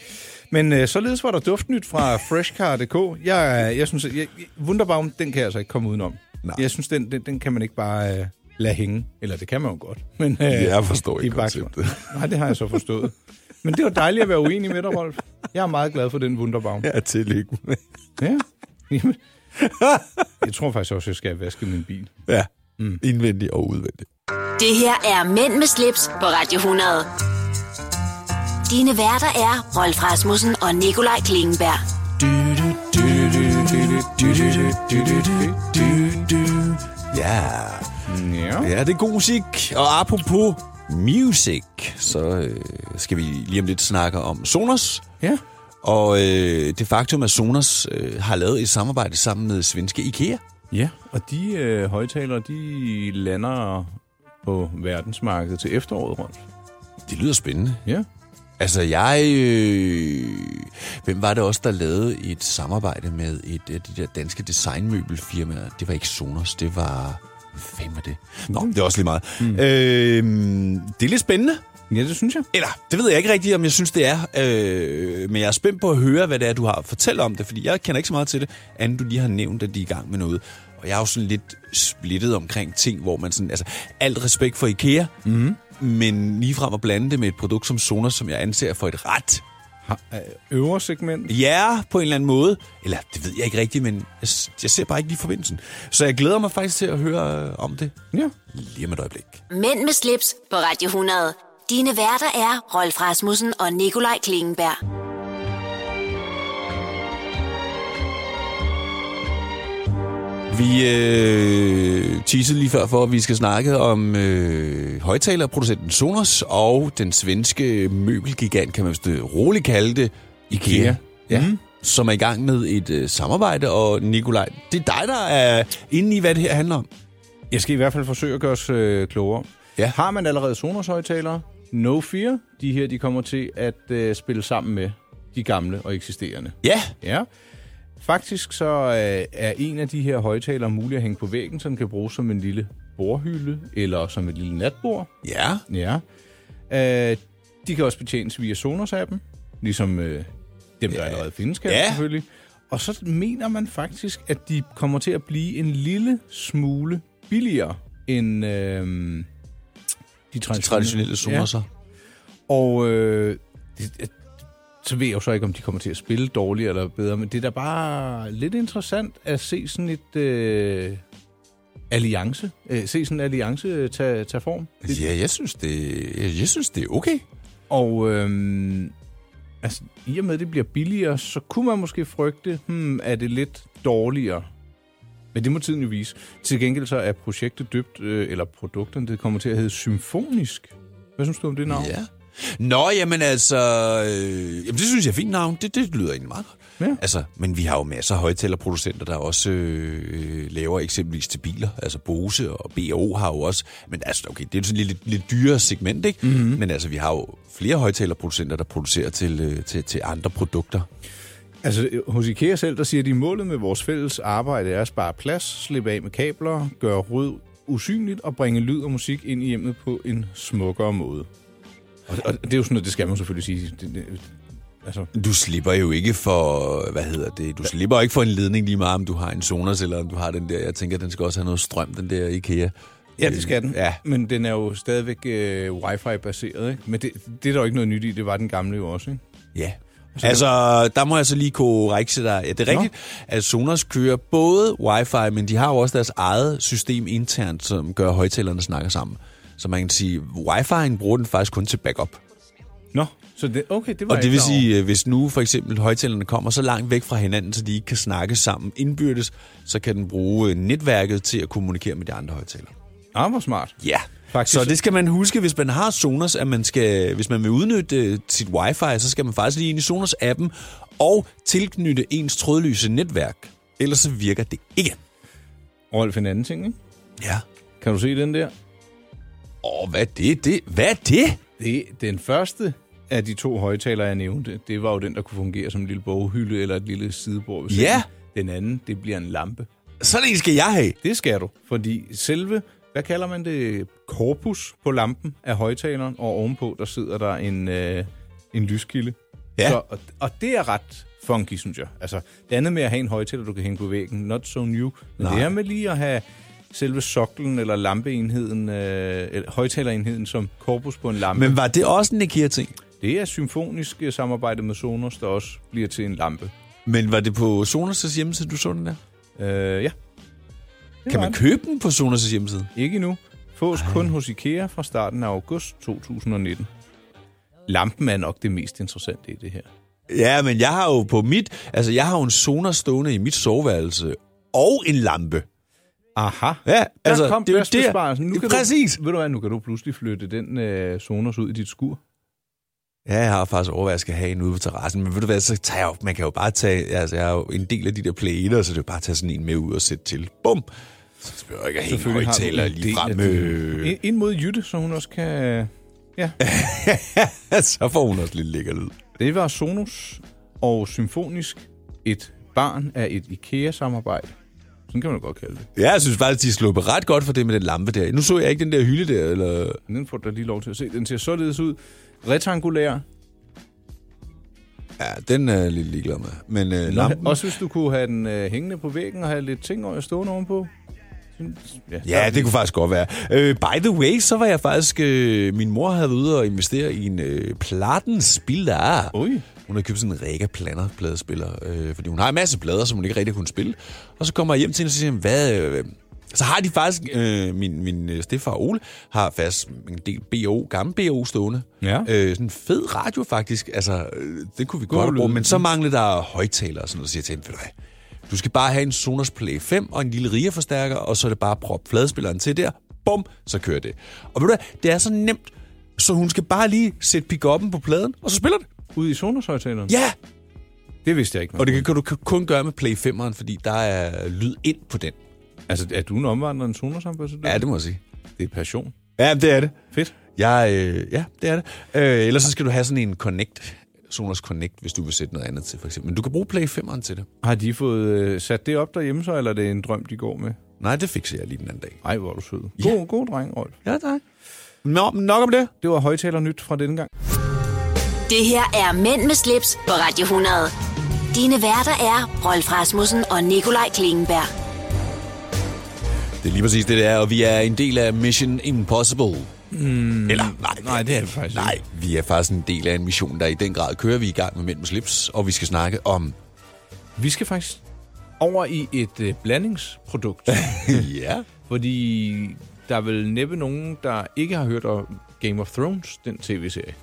Men øh, således var der duftnyt fra freshcar.dk. Jeg, øh, jeg synes, at jeg, jeg- Wunderbaum, den kan jeg altså ikke komme udenom. Nej. Jeg synes, den, den, den kan man ikke bare øh, lade hænge. Eller det kan man jo godt. Men, øh, Jeg forstår i ikke bakspejlet. konceptet. Nej, det har jeg så forstået. Men det var dejligt at være uenig med dig, Rolf. Jeg er meget glad for den Wunderbaum. Ja, tillykke med. Ja. Jamen. Jeg tror faktisk også, jeg skal have vasket min bil. Ja, mm. indvendigt og udvendigt. Det her er Mænd med slips på Radio 100. Dine værter er Rolf Rasmussen og Nikolaj Klingenberg. Ja, Ja. ja det er god musik. Og apropos music, så øh, skal vi lige om lidt snakke om Sonos. Ja. Og øh, det faktum, at Sonos øh, har lavet et samarbejde sammen med svenske IKEA. Ja, og de øh, højtalere, de lander på verdensmarkedet til efteråret rundt. Det lyder spændende. Ja. Altså, jeg... Øh, hvem var det også, der lavede et samarbejde med et af de der danske designmøbelfirmaer? Det var ikke Sonos, det var... Hvad fanden var det? Nå, det er også lige meget. Mm. Øh, det er lidt spændende. Ja, det synes jeg. Eller, det ved jeg ikke rigtigt, om jeg synes, det er. Øh, men jeg er spændt på at høre, hvad det er, du har at fortælle om det, fordi jeg kender ikke så meget til det, andet du lige har nævnt, at de er i gang med noget. Og jeg er jo sådan lidt splittet omkring ting, hvor man sådan, altså, alt respekt for IKEA, mm. men ligefrem at blande det med et produkt som Sonos, som jeg anser for et ret Har, øh, øvre segment. ja, på en eller anden måde. Eller, det ved jeg ikke rigtigt, men jeg, s- jeg ser bare ikke lige forbindelsen. Så jeg glæder mig faktisk til at høre øh, om det Ja. lige om et øjeblik. Mænd med slips på Radio 100. Dine værter er Rolf Rasmussen og Nikolaj Klingenberg. Vi øh, teasede lige før for, at vi skal snakke om øh, højtalerproducenten Sonos og den svenske møbelgigant, kan man vist øh, roligt kalde det, IKEA, IKEA. Ja, Mhm. mm. som er i gang med et øh, samarbejde. Og Nikolaj, det er dig, der er inde i, hvad det her handler om. Jeg skal i hvert fald forsøge at gøre os øh, klogere. Ja. Har man allerede Sonos højtalere? No fear. De her, de kommer til at øh, spille sammen med de gamle og eksisterende. Ja, Ja. Faktisk så øh, er en af de her højtalere mulig at hænge på væggen, så den kan bruges som en lille bordhylde eller som et lille natbord. ja. Ja. Øh, de kan også betjenes via Sonos-appen, ligesom øh, dem, der allerede findes, kan Ja. selvfølgelig. Og så mener man faktisk, at de kommer til at blive en lille smule billigere end øh, de traditionelle, Traditionelle Sonos'er. Ja. Og øh, det, jeg- så ved jeg jo så ikke, om de kommer til at spille dårligere eller bedre, men det er da bare lidt interessant at se sådan et øh, alliance, øh, se sådan en alliance øh, tage, tage form. Det, Ja, jeg synes, det, jeg synes, det er okay. Og øhm, altså, i og med, at det bliver billigere, så kunne man måske frygte, hmm, er det lidt dårligere? Men det må tiden jo vise. Til gengæld så er projektet døbt, øh, eller produkterne, det kommer til at hedde Symfonisk. Hvad synes du om det navn? Ja. Nå, jamen altså, øh, jamen det synes jeg er fint navn. Det, det lyder egentlig meget godt. Ja. Altså, men vi har jo masser af højtalerproducenter, der også øh, laver eksempelvis til biler. Altså Bose og B&O har jo også, men altså, okay, det er jo sådan et lidt, lidt dyrere segment, ikke? Mm-hmm. Mhm. Men altså, vi har jo flere højtalerproducenter, der producerer til, øh, til, til andre produkter. Altså, øh, hos IKEA selv, der siger de, målet med vores fælles arbejde er at spare plads, slippe af med kabler, gøre rød usynligt og bringe lyd og musik ind i hjemmet på en smukkere måde. Og, og det er jo sådan noget, det skal man selvfølgelig sige. Det, det, altså, Du slipper jo ikke for, hvad hedder det, du slipper ikke for en ledning lige meget, om du har en Sonos, eller om du har den der, jeg tænker, den skal også have noget strøm, den der IKEA. Ja, det skal den. Øh, Ja, Men den er jo stadigvæk øh, wifi-baseret, ikke? Men det, det er der jo ikke noget nyt i, det var den gamle jo også, ikke? Ja. Altså, der må jeg så lige korrekse dig. Ja, det er Nå. rigtigt, at Sonos kører både wifi, men de har jo også deres eget system internt, som gør at højtalerne snakker sammen. Så man kan sige, wifi'en bruger den faktisk kun til backup. Nå, så det, okay, det var Og jeg det ikke vil klar over. sige, øh, hvis nu for eksempel højtalerne kommer så langt væk fra hinanden, så de ikke kan snakke sammen indbyrdes, så kan den bruge øh, netværket til at kommunikere med de andre højtalere. Ah, hvor smart. Ja, Faktisk- Faktisk. så det skal man huske, hvis man har Sonos, at man skal, hvis man vil udnytte øh, sit wifi, så skal man faktisk lige ind i Sonos-appen og tilknytte ens trådløse netværk. Ellers så virker det ikke. Rolf, en anden ting, ikke? Ja. Kan du se den der? Og hvad er det? det? Hvad er det? Det, den første af de to højtalere, jeg nævnte, det var jo den, der kunne fungere som en lille boghylde eller et lille sidebord. ved Ja. sengen. Den anden, det bliver en lampe. Sådan en skal jeg have. Det skal du, fordi selve, hvad kalder man det, korpus på lampen af højtaleren, og ovenpå, der sidder der en, øh, en lyskilde. Ja. Så, og, og det er ret funky, synes jeg. Altså, det andet med at have en højtaler, du kan hænge på væggen, not so new. Men Nej. Nej. det her med lige at have selve soklen eller lampeenheden, øh, eller højtalerenheden som korpus på en lampe, Men... Men var det også en IKEA-ting? det er symfonisk øh, samarbejde med Sonos, der også bliver til en lampe. Men var det på Sonos' hjemmeside, du så den der? Øh, ja. Det Kan var man købe den på Sonos' hjemmeside? Ikke endnu. Fås Ej. kun hos IKEA fra starten af august 2019. Lampen er nok det mest interessante i det her. Ja, men jeg har jo på mit... Altså, jeg har jo en Sonos stående i mit soveværelse og en lampe. Aha. Ja, Altså, der kom det er jo pladsbesparelsen. der. Nu kan Præcis. Du, ved du hvad, nu kan du pludselig flytte den øh, Sonos ud i dit skur. Ja, jeg har faktisk overvejet, at jeg skal have en ude på terrassen, men ved du hvad, så tager jeg jo, man kan jo bare tage, altså jeg har jo en del af de der planer, så det er jo bare at tage sådan en med ud og sætte til. Bum! Så behøver jeg ikke at hænge Selvfølgelig har du højtaler en lige del af frem. det. øh, Ind- Ind mod Jytte, så hun også kan... Øh, så får hun også lidt lækker lyd. Det var Sonos og Symfonisk. Et barn af et IKEA-samarbejde. Sådan kan man jo godt kalde det. Ja, jeg synes faktisk, de er sluppet ret godt for det med den lampe der. Nu så jeg ikke den der hylde der, eller... Den får du da lige lov til at se. Den ser således ud. Rektangulær. Ja, den er jeg lidt ligeglad med. Men øh, Nå, lampen... Også hvis du kunne have den øh, hængende på væggen og have lidt ting over stående ovenpå. Synes- Ja, det kunne faktisk godt være. Øh, by the way, så var jeg faktisk... Øh, min mor havde været ude og investere i en øh, plattenspiller. Ui. Hun havde købt sådan en række planer, pladespiller, øh, fordi hun har en masse plader, som hun ikke rigtig kunne spille. Og så kommer jeg hjem til hende og siger, hvad... Øh, så har de faktisk, øh, min, min øh, stefar Ole, har faktisk en del BO, gamle BO stående. Ja. Øh, sådan en fed radio faktisk, altså øh, det kunne vi God godt have brugt, lyd. men så manglede der højtaler og sådan noget, så siger jeg til hende, ved du hvad, du skal bare have en Sonos Play 5 og en lille RIA-forstærker, og så er det bare at proppe fladespilleren til der, bum, så kører det. Og ved du hvad, det er så nemt, så hun skal bare lige sætte pick-up'en på pladen, og så spiller det. Ude i sonos -højtaleren. Ja! Det vidste jeg ikke. Og det kan- kan du kun gøre med Play 5'eren, fordi der er lyd ind på den. Altså, er du en omvandrer en sonos -ambassadør? Ja, det må jeg sige. det er passion. Ja, det er det. Fedt. Jeg, øh, ja, det er det. Øh, ellers så skal du have sådan en Connect, Sonos Connect, hvis du vil sætte noget andet til, for eksempel. Men du kan bruge Play 5'eren til det. Har de fået øh, sat det op derhjemme så, eller er det en drøm, de går med? Nej, det fikser jeg lige den anden dag. Ej, hvor er du sød. God, ja. god dreng, Rolf. Ja, tak. Nå, men nok om det. Det var højtaler nyt fra denne gang. Det her er Mænd med slips på Radio 100. Dine værter er Rolf Rasmussen og Nikolaj Klingenberg. Det er lige præcis det, det er, og vi er en del af Mission Impossible. Mm, Eller, nej, nej, det er det faktisk Nej, vi er faktisk en del af en mission, der i den grad kører. Vi er i gang med Mænd med slips, og vi skal snakke om... Vi skal faktisk over i et øh, blandingsprodukt, ja. fordi der er vel næppe nogen, der ikke har hørt om Game of Thrones, den tv-serie.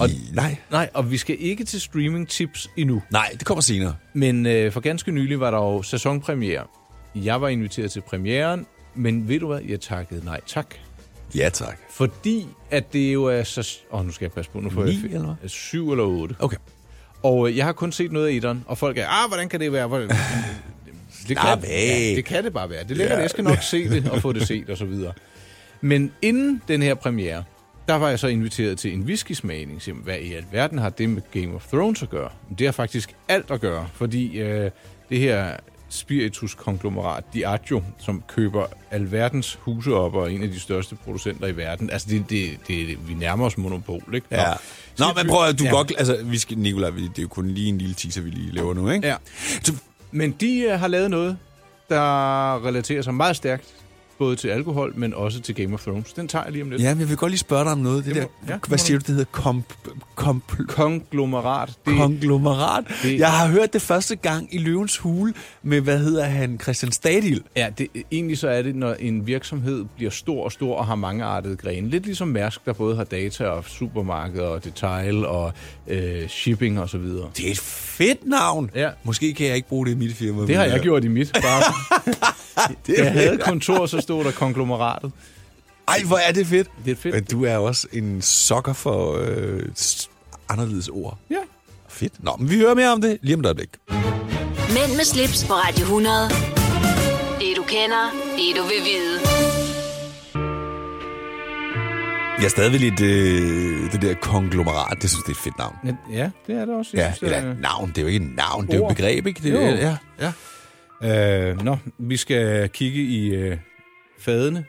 Og- I, nej. Nej, og vi skal ikke til streaming-tips endnu. Nej, det kommer senere. Men øh, for ganske nylig var der jo sæsonpremiere. Jeg var inviteret til premieren, men ved du hvad? Jeg takkede nej tak. Ja, tak. Fordi at det jo er så... Åh, nu skal jeg passe på. Nu får Ni, jeg... fe- eller Syv eller otte. Okay. Og øh, jeg har kun set noget af etteren, og folk er, ah, hvordan kan det være? Hvordan? Det Slap kan, af. ja, det kan det bare være. Det er lækkert, Ja. jeg skal nok se det og få det set og så videre. Men inden den her premiere, der var jeg så inviteret til en whiskysmagning. Simpelthen, Hvad i alverden har det med Game of Thrones at gøre? Men Det har faktisk alt at gøre, fordi øh, det her spirituskonglomerat Diageo, som køber alverdens huse op og er en af de største producenter i verden. Altså, det, det, det, vi nærmer os monopol, ikke? Ja. Nå, men prøv at du Ja. ja. godt... Altså, vi skal, Nicolaj, vi- det er jo kun lige en lille teaser, vi lige laver nu, ikke? Ja. Så- Men de øh, har lavet noget, der relaterer sig meget stærkt, både til alkohol, men også til Game of Thrones. Den tager jeg lige om lidt. Ja, men jeg vil godt lige spørge dig om noget. Det Det der, må- ja, hvad må siger du, det hedder? Komp, komp, Konglomerat. Det, konglomerat? det- Jeg har hørt det første gang i Løvens Hule med, hvad hedder han, Christian Stadil. ja, det, egentlig så er det, når en virksomhed bliver stor og stor og har mangeartede grene. Lidt ligesom Mærsk, der både har data og supermarked og detail og øh, shipping og så videre. Det er et fedt navn. Ja. Måske kan jeg ikke bruge det i mit firma. Det har men, jeg øh, gjort i mit. Bare, Det jeg er havde fedt. et kontor, så stod der konglomeratet. Ej, hvor er det fedt. Det er fedt. Men du er jo også en sokker for øh, s- anderledes ord. Ja. Fedt. Nå, men vi hører mere om det lige om et øjeblik. Mænd med slips på Radio 100. Det du kender, det du vil vide. Jeg er stadigvæk lidt øh, det der konglomerat. Det synes jeg, det er et fedt navn. Men Ja, det er det også. Jeg Ja, synes, det eller er- et navn. Det er jo ikke et navn, det er jo Ord. et begreb, ikke? Det, Jo. Ja, ja. Øh, nå, vi skal kigge i øh, fadene,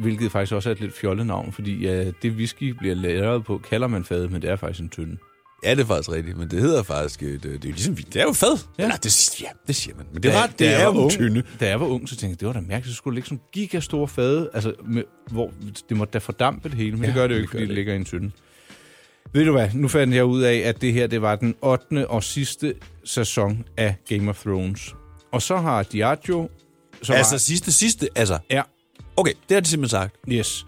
hvilket faktisk også er et lidt fjollenavn, fordi øh, det whisky bliver lavet på, kalder man fade, men det er faktisk en tynde. Ja, det er faktisk rigtigt, men det hedder faktisk... øh, Det, det er jo ligesom vin. Det er jo fad. Ja. Eller, det, si- ja, det siger man. Men det, Da- er, ret, det da jeg er var jo en ung- tynde. Da jeg var ung, så tænkte jeg, det var da mærkeligt, så skulle det ligge sådan en gigastore fade, altså, med, hvor det måtte da fordampe det hele, men ja, det gør det jo ikke, fordi det ligger i en tynde. Ved du hvad, nu fandt jeg ud af, at det her det var den 8. og sidste sæson af Game of Thrones. Og så har Diageo, som Altså har, sidste, sidste, altså... ja, Okay, det har de simpelthen sagt. Yes.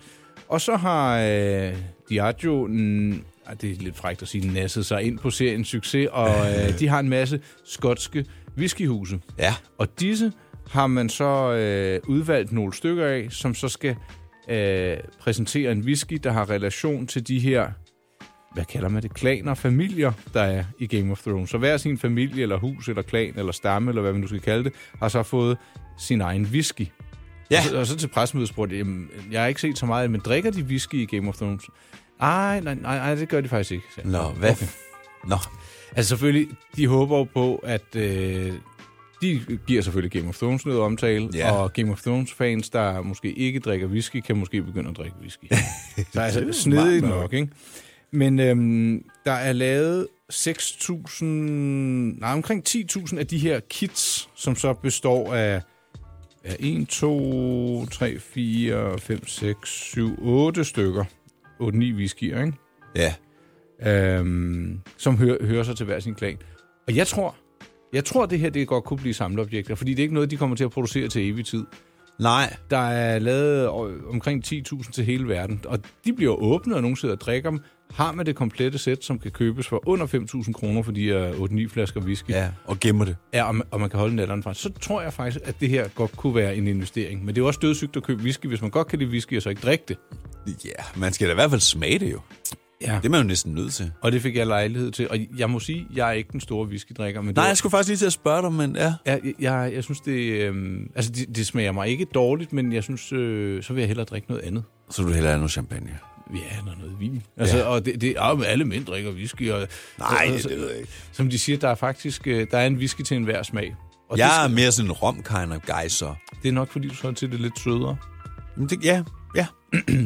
Og så har øh, Diageo, mm, ej, det er lidt frækt at sige, nasset sig ind på seriens succes, og øh, de har en masse skotske whiskyhuse. Ja. Og disse har man så øh, udvalgt nogle stykker af, som så skal øh, præsentere en whisky, der har relation til de her, hvad kalder man det, klaner, familier, der er i Game of Thrones. Så hver sin familie, eller hus, eller klan, eller stamme, eller hvad man nu skal kalde det, har så fået sin egen whisky. Ja. Og, så, og så til pressemødet spurgte jeg, "Jamen, jeg har ikke set så meget, men drikker de whisky i Game of Thrones? Ej, nej, nej, nej, det gør de faktisk ikke. sagde han. Nå, hvad? Okay. Nå, Altså selvfølgelig, de håber jo på, at øh, de giver selvfølgelig Game of Thrones noget omtale, Ja. ja. og Game of Thrones-fans, der måske ikke drikker whisky, kan måske begynde at drikke whisky. Så altså, snedigt nok. nok, ikke? Men øhm, der er lavet 6.000, nej, omkring 10.000 af de her kits, som så består af Ja, 1, 2, 3, 4, 5, 6, 7, 8 stykker. 8-9 whiskyer, ikke? ja. øhm, som hører, hører sig til hver sin klan. Og jeg tror, jeg tror, det her det godt kunne blive samleobjekter, fordi det er ikke noget, de kommer til at producere til evig tid. Nej, Der er lavet øh, omkring 10.000 til hele verden, og de bliver åbnet, og nogen sidder og drikker dem. Har man det komplette sæt, som kan købes for under 5.000 kroner for de her 8-9 flasker whisky, ja. ja, og gemmer det. Ja, og, man, og man kan holde natteren fra, så tror jeg faktisk, at det her godt kunne være en investering. Men det er jo også dødssygt at købe whisky, hvis man godt kan lide whisky, og så ikke drikke det. Ja, man skal da i hvert fald smage det jo. Ja. Det er man jo næsten nødt til. Og det fik jeg lejlighed til, og jeg må sige, jeg er ikke den store whiskydrikker. Men det Nej, var- jeg skulle faktisk lige til at spørge dig, men ja. Ja, jeg, jeg, jeg synes, det, øh, altså, det, det smager mig ikke dårligt, men jeg synes, øh, så vil jeg hellere drikke noget andet. Så vil du hellere have noget champagne. Ja, eller noget vin. Altså, ja. og det, det, ja, men alle mænd drikker whisky. Og, Nej, og, det- det ved jeg ikke. Som de siger, der er faktisk øh, der er en whisky til enhver smag. Og Jeg det, er mere sådan en rom kind of guy, så. det er nok, fordi du sådan set er lidt sødere. Men det, ja, ja.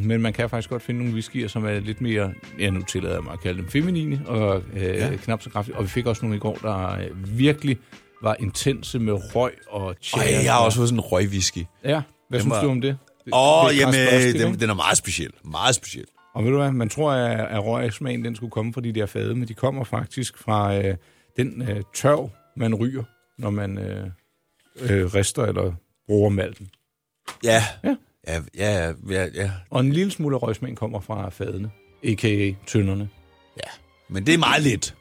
Men man kan faktisk godt finde nogle whiskyer, som er lidt mere, ja, nu tillader jeg mig at kalde dem feminine, og øh, ja. knap så kraftige. Og vi fik også nogle i går, der øh, virkelig var intense med røg og Ej, tjære. jeg har også fået sådan en røgvisky. Ja, hvad synes var- du om det? Det- Åh, det er jamen, øh, Carlsberg Stil, ikke? den, den er meget speciel. Meget speciel. Og ved du hvad, man tror, at, at røgsmagen den skulle komme fra de der fade, men de kommer faktisk fra øh, den øh, tørv, man ryger, når man øh, øh, rister eller bruger malten. Ja. Ja. Ja, ja, ja, ja. Og en lille smule af røgsmagen kommer fra fadene, a.k.a. tønderne. ja. Men det er meget lidt.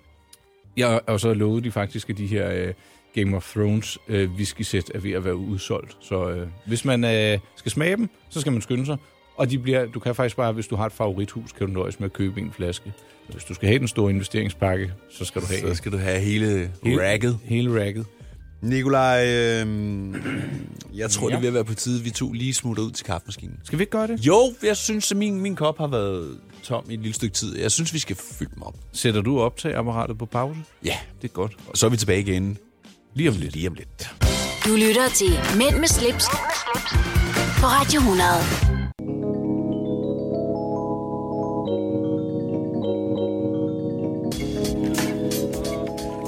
Ja, og så lovede de faktisk, at de her øh, Game of Thrones øh, whiskysæt er ved at være udsolgt. Så øh, hvis man øh, skal smage dem, så skal man skynde sig. Og de bliver, du kan faktisk bare, hvis du har et favorithus, kan du nøjes med at købe en flaske. Hvis du skal have den store investeringspakke, så skal du have Så skal du have hele, hele. racket. Hele racket. Nikolaj, øh, jeg tror, Ja. ja. det vil være på tide, vi to lige smutter ud til kaffemaskinen. Skal vi ikke gøre det? Jo, jeg synes, at min, min kop har været tom i et lille stykke tid. Jeg synes, vi skal fylde dem op. Sætter du optageapparatet på pause? Ja, Det er godt. og så er vi tilbage igen Lige om lidt. lige om lidt. Du lytter til Mænd med slips, på Radio 100.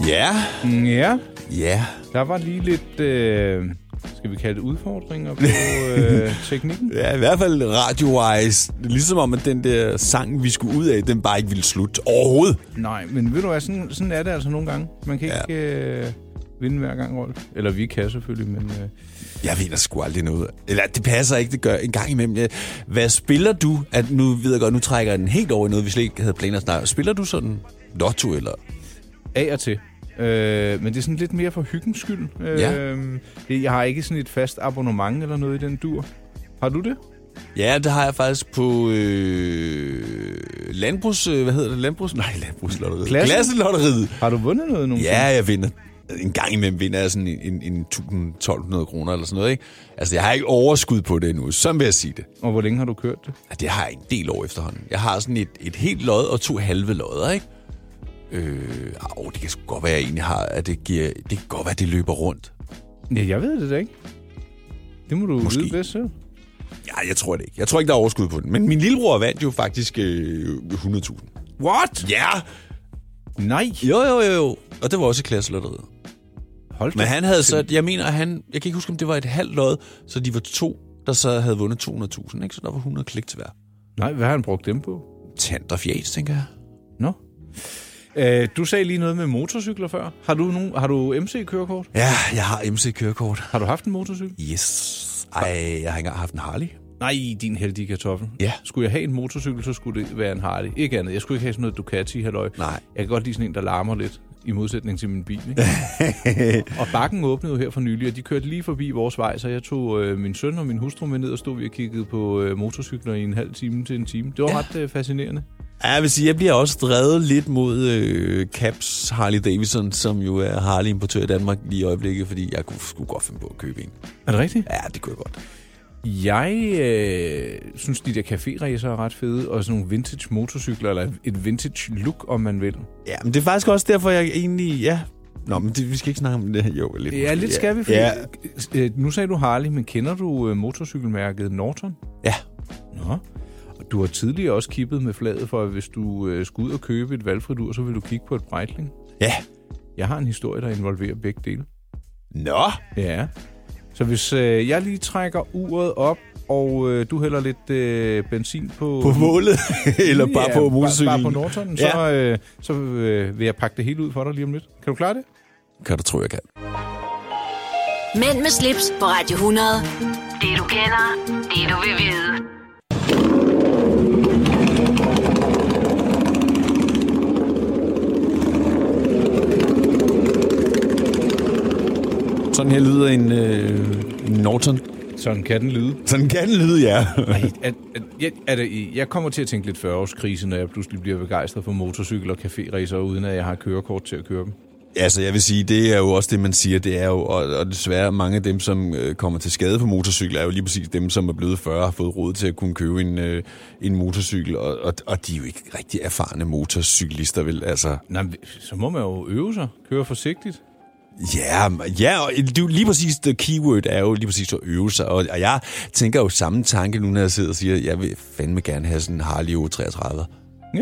Ja, Mm, Ja, ja. der var lige lidt, øh, skal vi kalde det udfordringer på øh, teknikken? Ja, i hvert fald radio-wise. Ligesom om, at den der sang, vi skulle ud af, den bare ikke ville slutte overhovedet. Nej, men ved du hvad, sådan, sådan er det altså nogle gange. Man kan Ja. ikke øh, vinde hver gang, Rolf. Eller vi kan selvfølgelig, men... Øh, Jeg vinder sgu aldrig noget. Eller det passer ikke, det gør en gang imellem. Jeg- Hvad spiller du? At nu ved jeg godt, nu trækker jeg den helt over i noget, vi slet ikke havde planer at snakke. om. Spiller du sådan lotto eller... af og til. Øh, men det er sådan lidt mere for hyggens skyld. Øh, Ja. det, jeg har ikke sådan et fast abonnement eller noget i den dur. Har du det? Ja, det har jeg faktisk på øh, landbrugs... øh, Hvad hedder det? Landbrugs... Nej, landbrugslotteriet. Klasse? Klasselotteriet. Har du vundet noget nogensinde? Ja, jeg vinder. En gang imellem vinder jeg sådan en, en, en 1.000-1.200 kroner eller sådan noget, ikke? Altså, jeg har ikke overskud på det endnu. Sådan vil jeg sige det. Og hvor længe har du kørt det? Ja, det har jeg en del år efterhånden. Jeg har sådan et, et helt lod og to halve lodder, ikke? Øh, au, det kan sgu godt være, jeg egentlig har, at det giver... Det kan godt være, at det løber rundt. Ja, jeg ved det da ikke. Det må du Måske. Måske. vide bedst selv. Ja, jeg tror det ikke. Jeg tror ikke, der er overskud på den. Men min lillebror vandt jo faktisk øh, 100.000. What? Ja! Yeah! Nej. Jo, jo, jo, jo. Og det var også i klasselotteriet. Hold da. Men han havde så, jeg mener, at han, jeg kan ikke huske, om det var et halvt lod, så de var to, der så havde vundet 200.000, ikke? Så der var 100 klik til hver. Nej, hvad har han brugt dem på? Tant og fjas, tænker jeg. Nå. Øh, du sagde lige noget med motorcykler før. Har du, nogen, har du MC-kørekort? Ja, jeg har MC-kørekort. Har du haft en motorcykel? Yes. Ej, jeg har ikke engang haft en Harley. Nej, din heldige kartoffel. Ja. Skulle jeg have en motorcykel, så skulle det være en Harley. Ikke andet. Jeg skulle ikke have sådan noget Ducati, halløj. Nej. Jeg kan godt lide sådan en, der larmer lidt. i modsætning til min bil. Ikke? og bakken åbnede jo her for nylig, og de kørte lige forbi vores vej, så jeg tog øh, min søn og min hustru med ned og stod vi og kiggede på øh, motorcykler i en halv time til en time. Det var ja. ret øh, fascinerende. Ja, jeg vil sige, jeg bliver også drevet lidt mod øh, Caps Harley Davidson, som jo er Harley-importør i Danmark lige i øjeblikket, fordi jeg kunne, skulle godt finde på at købe en. Er det rigtigt? Ja, det kunne jeg godt. Jeg øh, synes, de der café er ret fede, og sådan nogle vintage motorcykler, eller et vintage look, om man vil. Ja, men det er faktisk også derfor, jeg egentlig... Ja. Nå, men det, vi skal ikke snakke om det her. Jo, lidt. Ja, måske. lidt skal vi, fordi Ja, ja. øh, nu sagde du Harley, men kender du øh, motorcykelmærket Norton? ja. Nå. Og Du har tidligere også kippet med flaget for, at hvis du øh, skulle ud og købe et valgfrit ur, så vil du kigge på et Breitling. ja. Jeg har en historie, der involverer begge dele. Nå. Ja. Så hvis øh, jeg lige trækker uret op, og øh, du hælder lidt øh, benzin på... På målet, eller bare på motorcyklen. Bare, bare på Norton, ja. så, øh, så øh, vil jeg pakke det hele ud for dig lige om lidt. Kan du klare det? Kan du tro, jeg kan. Mænd med slips på Radio 100. Det du kender, det du vil vide. Sådan her lyder en, øh, en Norton. Sådan kan den lyde. Sådan kan den lyde, ja. At, at, jeg, at, at, jeg kommer til at tænke lidt 40-årskrise, når jeg pludselig bliver begejstret for motorcykler og caféracer, uden at jeg har kørekort til at køre dem. Altså, jeg vil sige, det er jo også det, man siger. Det er jo, og, og desværre mange af dem, som øh, kommer til skade på motorcykler, er jo lige præcis dem, som er blevet 40 og har fået råd til at kunne købe en, øh, en motorcykel. Og, og, og de er jo ikke rigtig erfarne motorcyklister, vel? Altså, Nej, men så må man jo øve sig. Køre forsigtigt. Ja, ja, og det er jo lige præcis, the keyword er jo lige præcis at øve sig, og, og jeg tænker jo samme tanke nu, når jeg sidder og siger, jeg vil fandme gerne have sådan en Harley O33. Ja.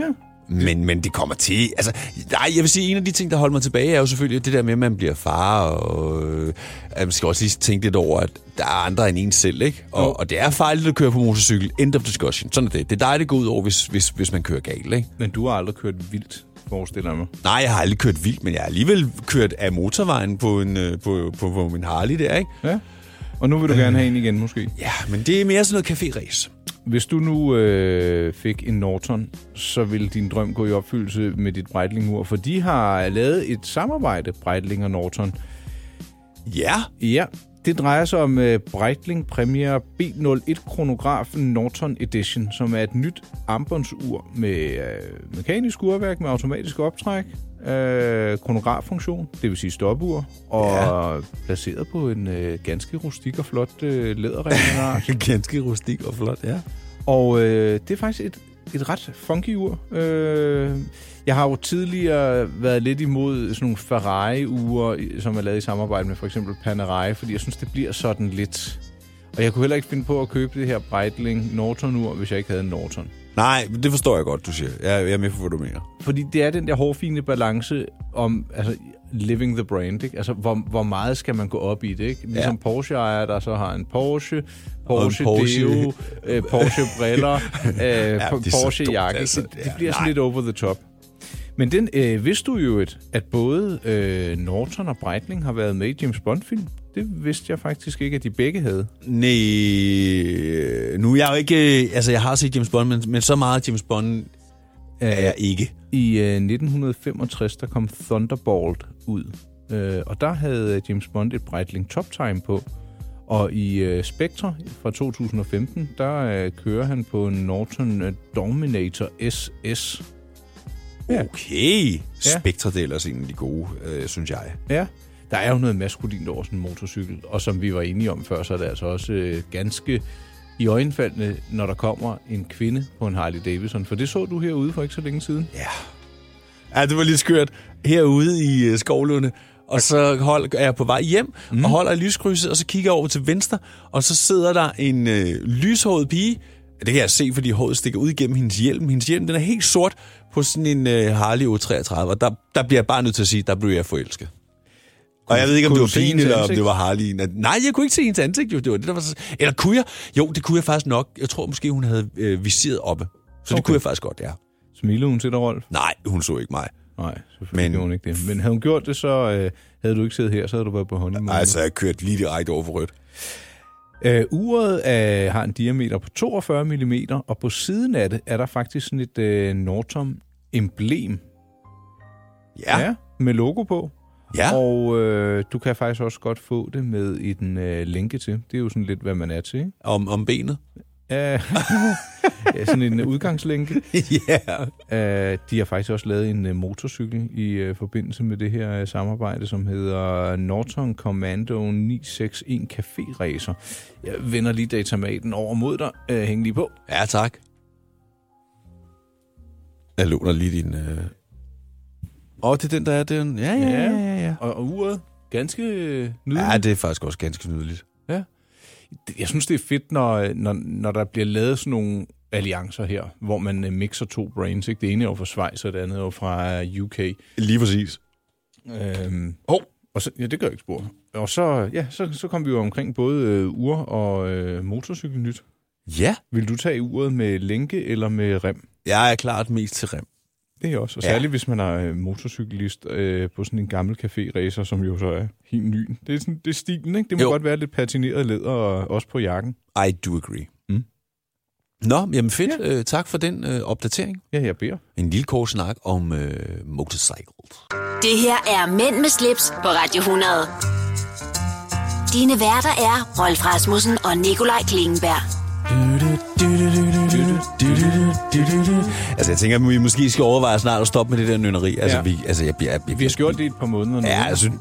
Men, men det kommer til, altså, nej, jeg vil sige, en af de ting, der holder mig tilbage, er jo selvfølgelig det der med, at man bliver far, og øh, at man skal også lige tænke lidt over, at der er andre end en selv, ikke? Jo. Og, og det er farligt at køre på motorcykel, end of discussion, sådan er det. Det er dig, det går ud over, hvis, hvis, hvis man kører galt, ikke? Men du har aldrig kørt vildt, forestiller jeg mig. Nej, jeg har aldrig kørt vildt, men jeg har alligevel kørt af motorvejen på, en, øh, på, på, på min Harley der, ikke? Ja. Og nu vil du gerne have en igen, måske. Ja, men det er mere sådan noget café-race. Hvis du nu øh, fik en Norton, så ville din drøm gå i opfyldelse med dit Breitling-ur, for de har lavet et samarbejde, Breitling og Norton. Ja. Ja, det drejer sig om øh, Breitling Premier B01 kronografen Norton Edition, som er et nyt armbåndsur med øh, mekanisk urværk med automatisk optræk, øh, kronograffunktion, det vil sige stopur, og ja. placeret på en øh, ganske rustik og flot øh, læderregnat. Ganske rustik og flot, ja. Og øh, det er faktisk et, et ret funky ur. Øh, jeg har jo tidligere været lidt imod sådan nogle Ferrari-ure, i- som er lavet i samarbejde med for eksempel Panerai, fordi jeg synes, det bliver sådan lidt... Og jeg kunne heller ikke finde på at købe det her Breitling Norton-ur, hvis jeg ikke havde en Norton. Nej, men det forstår jeg godt, du siger. Jeg, jeg er med på, hvad du mener. Fordi det er den der hårfine balance om altså, living the brand. Ikke? Altså, hvor, hvor meget skal man gå op i det? Ikke? Ligesom ja. Porsche ejer, der så har en Porsche, Porsche, en Porsche. Porsche. Deo, øh, Porsche briller, øh, ja, dumt, Porsche jakke. Altså. altså. Det, det Ja, bliver sådan nej. lidt over the top. Men den øh, vidste du jo, et, at både øh, Norton og Breitling har været med i James Bond-film. Det vidste jeg faktisk ikke, at de begge havde. Nej, nu er jeg jo ikke... øh, Altså, jeg har set James Bond, men, men så meget James Bond øh, er jeg ikke. I øh, 1965, der kom Thunderbolt ud, øh, og der havde øh, James Bond et Breitling Top Time på. Og i øh, Spectre fra 2015, der øh, kører han på en Norton øh, Dominator SS. Okay. Ja. Spectre, det er ellers en af de gode, øh, synes jeg. Ja, der er jo noget maskulint over sådan en motorcykel, og som vi var enige om før, så er det altså også øh, ganske i øjenfaldende, når der kommer en kvinde på en Harley Davidson. For det så du herude for ikke så længe siden. Ja. Ja, det var lidt skørt. Herude i øh, skovlunde, og så hold, er jeg på vej hjem, mm. og holder i lyskrydset, og så kigger jeg over til venstre, og så sidder der en øh, lyshåret pige. Det kan jeg se, fordi håret stikker ud igennem hendes hjelm. Hendes hjelm, den er helt sort på sådan en øh, Harley O33, og der, der bliver jeg bare nødt til at sige, der blev jeg forelsket. Og jeg ved ikke, om kunne det du var se pigen, hendes eller om ansigt? det var Harley. Nej, jeg kunne ikke se hendes ansigt, jo. Det var det, der var så... Eller kunne jeg? Jo, det kunne jeg faktisk nok. Jeg tror måske, hun havde øh, viseret oppe. Så okay. Okay. det kunne jeg faktisk godt, ja. Smiler hun til dig, Rolf? Nej, hun så ikke mig. Nej, selvfølgelig Men- men, gjorde hun ikke det. Men havde hun gjort det, så øh, havde du ikke siddet her, så havde du været på honeymoon. Altså, jeg kørte lige direkte over for rødt. Øh, uret øh, har en diameter på 42 mm, og på siden af det er der faktisk sådan et øh, Norton-emblem. Ja. ja. med logo på. Ja. Og øh, du kan faktisk også godt få det med i den øh, lænke til. Det er jo sådan lidt, hvad man er til, ikke? Om, om benet. Øh, ja, sådan en udgangslænke. Ja. yeah. Øh, de har faktisk også lavet en øh, motorcykel i øh, forbindelse med det her øh, samarbejde, som hedder Norton Commando 961 Café Racer. Jeg vender lige datamaten over mod dig. Øh, hæng lige på. Ja, tak. Jeg låner lige din... Øh... Åh, oh, det er den, der er den. Ja, ja, ja. ja, ja. Og, og uret. Ganske øh, nydeligt. Ja, det er faktisk også ganske nydeligt. Ja. Det- Jeg synes, det er fedt, når, øh, når, når der bliver lavet sådan nogle alliancer her, hvor man øh, mixer to brains. Ikke? Det ene er jo fra Schweiz, og det andet er jo fra øh, UK. Lige præcis. Øhm, oh. og så, ja, det gør ikke spor. Og så, ja, så, så kom vi jo omkring både øh, ur og øh, motorcykelnyt. Ja. Vil du tage uret med lænke eller med rem? Jeg er klart mest til rem. Det er også. Og Ja. særligt, ja. hvis man er øh, motorcyklist øh, på sådan en gammel café-racer, som jo så er helt ny. Det er, sådan, det er stilen, ikke? Det må Jo. jo. godt være lidt patineret læder, og også på jakken. I do agree. Mm. Nå, jamen fedt. Ja. Øh, tak for den øh, opdatering. Ja, jeg beder. En lille kort snak om øh, motorcycles. Det her er Mænd med slips på Radio 100. Dine værter er Rolf Rasmussen og Nikolaj Klingenberg. Altså, jeg tænker, at vi måske skal overveje snart at stoppe med det der nønneri. Altså, ja. Ja. vi, altså, jeg bliver... Jeg, jeg, Vi har gjort det i et par måneder nu. Ja, altså,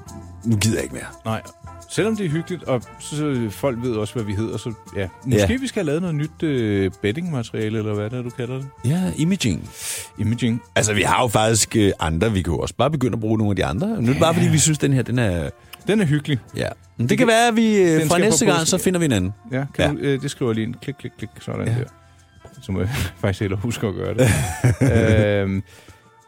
nu gider jeg ikke mere. Nej. Selvom det er hyggeligt, og så, så folk ved også, hvad vi hedder, så ja. Måske Ja. ja. vi skal have lavet noget nyt øh, bettingmateriale, eller hvad det er, du kalder det. Ja, imaging. Imaging. Altså, vi har jo faktisk øh, andre. Vi kan jo også bare begynde at bruge nogle af de andre. Nu er det bare, fordi vi synes, den her, den er... Den er hyggelig. Ja. Men det kan være, at vi øh, Den fra skal næste på gang, påske. så finder vi en anden. Ja, kan Ja. ja. Du, øh, det skriver jeg lige ind. Klik, klik, klik. Sådan Ja. ja. der. Som jeg faktisk hellere husker at gøre det. øhm,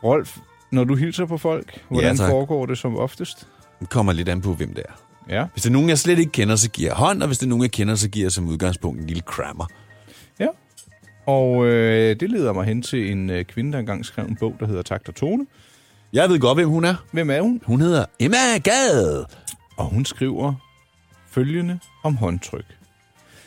Rolf, når du hilser på folk, hvordan tak. ja, foregår det som oftest? Det kommer lidt an på, hvem det er. Ja. Hvis det er nogen, jeg slet ikke kender, så giver jeg hånd, og hvis det er nogen, jeg kender, så giver jeg som udgangspunkt en lille krammer. Ja. Og øh, det leder mig hen til en øh, kvinde, der engang skrev en bog, der hedder Takt og Tone. Jeg ved godt, hvem hun er. Hvem er hun? Hun hedder Emma Gade. Og hun skriver følgende om håndtryk.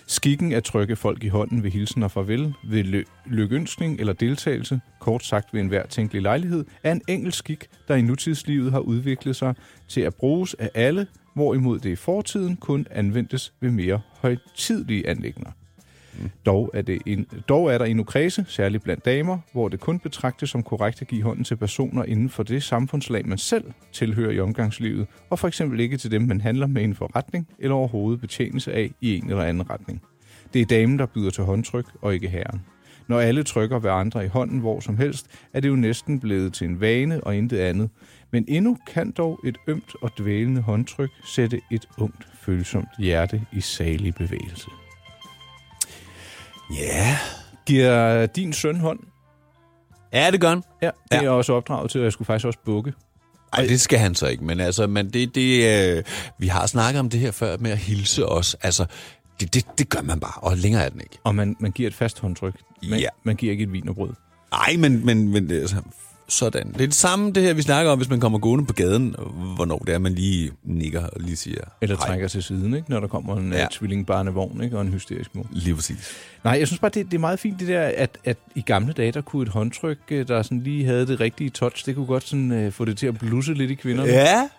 Skikken at trykke folk i hånden ved hilsen og farvel, ved lø- lykønskning eller deltagelse, kort sagt ved enhver tænkelig lejlighed, er en enkelt skik, der i nutidslivet har udviklet sig til at bruges af alle, hvorimod det i fortiden kun anvendtes ved mere højtidlige anlægner. Dog er, det en, dog er der endnu kredse, særligt blandt damer, hvor det kun betragtes som korrekt at give hånden til personer inden for det samfundslag, man selv tilhører i omgangslivet, og for eksempel ikke til dem, man handler med i en forretning eller overhovedet betjenelse af i en eller anden retning. Det er damen, der byder til håndtryk, og ikke herren. Når alle trykker hverandre i hånden hvor som helst, er det jo næsten blevet til en vane og intet andet. Men endnu kan dog et ømt og dvælende håndtryk sætte et ungt, følsomt hjerte i salig bevægelse. Ja. Giver din søn hånd? Ja, det gør han. Ja, det Ja. ja. er også opdraget til, og jeg skulle faktisk også bukke. Ej, det skal han så ikke, men altså, men det, det, øh, vi har snakket om det her før med at hilse os. Altså, det, det, det gør man bare, og længere er den ikke. Og man, man giver et fast håndtryk. Man, Ja. man giver ikke et vinerbrød. Nej, men, men, men det er altså, sådan. Det er det samme, det her, vi snakker om, hvis man kommer gående på gaden, hvornår det er, man lige nikker og lige siger Eller hej. trækker til siden, ikke? når der kommer en Ja. ja. tvillingbarnevogn ikke? og en hysterisk mor. Lige præcis. Nej, jeg synes bare, det, det er meget fint det der, at, at i gamle dage, der kunne et håndtryk, øh, der sådan lige havde det rigtige touch, det kunne godt sådan, øh, få det til at blusse lidt i kvinderne. Ja.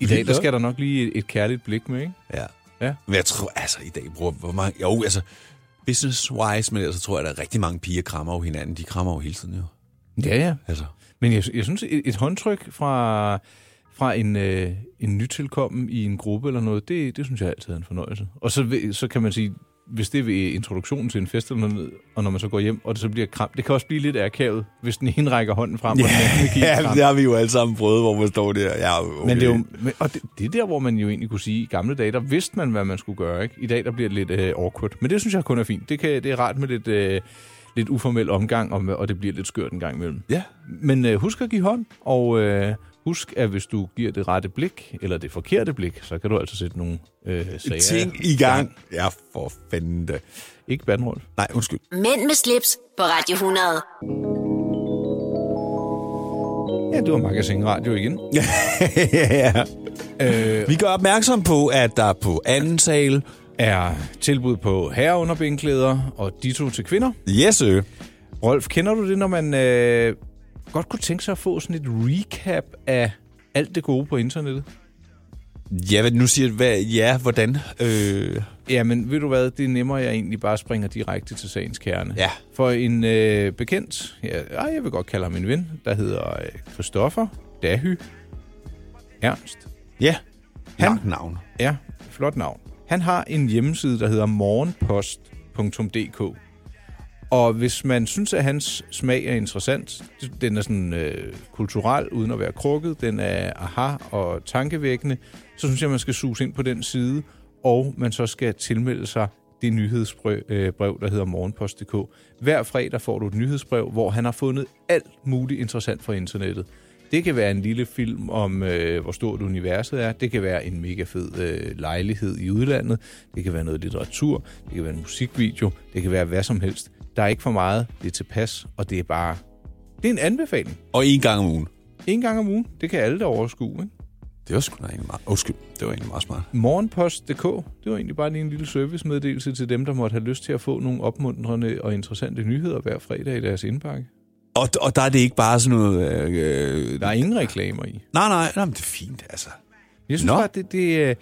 I dag, der vildt, skal der nok lige et, et kærligt blik med, ikke? Ja. Ja. Men jeg tror, altså, i dag bruger hvor mange... Jo, altså, business-wise, men altså, tror jeg, at der er rigtig mange piger, krammer jo hinanden. De krammer jo hele tiden, jo. Ja, ja. Altså. Men jeg, jeg synes, et, et håndtryk fra, fra en, øh, en nytilkommen i en gruppe eller noget, det, det synes jeg altid er en fornøjelse. Og så, ved- så kan man sige, hvis det er ved introduktionen til en fest eller noget, og når man så går hjem, og det så bliver kram, det kan også blive lidt akavet, hvis den ene rækker hånden frem, og den anden giver et kram. har vi jo alle sammen prøvet, hvor man står der. Ja, okay. Men det er jo, Øh, men, og det, det er der, hvor man jo egentlig kunne sige, i gamle dage, der vidste man, hvad man skulle gøre. Ikke? I dag, der bliver det lidt øh, awkward. Men det synes jeg kun er fint. Det, kan, det er rart med lidt, øh, lidt uformel omgang, og, og det bliver lidt skørt en gang imellem. Ja. Men øh, husk at give hånd, og øh, husk, at hvis du giver det rette blik, eller det forkerte blik, så kan du altså sætte nogle øh, sager. Ting i gang. Ja, for fanden da. Ikke bandrolf. Nej, undskyld. Mænd med slips på Radio 100. Ja, det var Magasin Radio igen. ja. Øh, Vi gør opmærksom på, at der på anden sal... er tilbud på herreunderbindklæder og ditto til kvinder. Yes, ø. Rolf, kender du det, når man øh, godt kunne tænke sig at få sådan et recap af alt det gode på internettet. Ja, hvad, nu siger du, hvad, ja, hvordan? Øh, Jamen, ved du hvad, det er nemmere, at jeg egentlig bare springer direkte til sagens kerne. Ja. For en øh, bekendt, ja, ej, jeg vil godt kalde ham en ven, der hedder øh, Christoffer Dahy Ernst. ja, Han- langt navn. Ja, flot navn. Han har en hjemmeside, der hedder morgenpost.dk. Og hvis man synes, at hans smag er interessant, den er sådan øh, kulturel, uden at være krukket, den er aha og tankevækkende, så synes jeg, man skal suge ind på den side, og man så skal tilmelde sig det nyhedsbrev, øh, brev, der hedder morgenpost.dk. Hver fredag får du et nyhedsbrev, hvor han har fundet alt muligt interessant fra internettet. Det kan være en lille film om, øh, hvor stort universet er. Det kan være en mega fed øh, lejlighed i udlandet. Det kan være noget litteratur. Det kan være en musikvideo. Det kan være hvad som helst. Der er ikke for meget. Det er tilpas, og det er bare... Det er en anbefaling. Og en gang om ugen. En gang om ugen. Det kan alle der overskue. Ikke? Det var sgu da egentlig meget... Undskyld, det var egentlig meget smart. Morgenpost.dk, det var egentlig bare lige en lille servicemeddelelse til dem, der måtte have lyst til at få nogle opmuntrende og interessante nyheder hver fredag i deres indbakke. Og, og der er det ikke bare sådan noget... Øh, øh, Der er ingen reklamer i. nej, nej, nej, men det er fint, altså. Jeg synes Nå. bare, det, det, øh,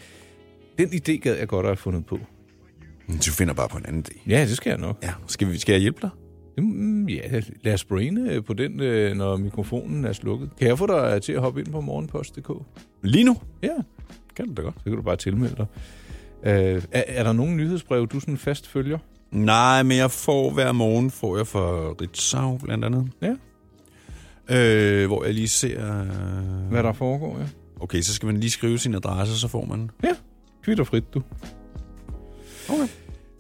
den idé gad jeg godt at have fundet på. Men Du finder bare på en anden idé. Ja, det skal jeg nok. Ja, skal, vi, skal jeg hjælpe dig? Mm, ja, lad os braine øh, på den, øh, når mikrofonen er slukket. Kan jeg få dig til at hoppe ind på morgenpost.dk? Lige nu? Ja, kan du da godt. Så kan du bare tilmelde dig. Øh, er, er der nogen nyhedsbrev, du sådan fast følger? Nej, men jeg får hver morgen, får jeg fra Ritzau blandt andet. Ja. Øh, hvor jeg lige ser... Øh, Hvad der foregår, ja. Okay, så skal man lige skrive sin adresse, så får man... Ja, kvitterfrit du. Okay.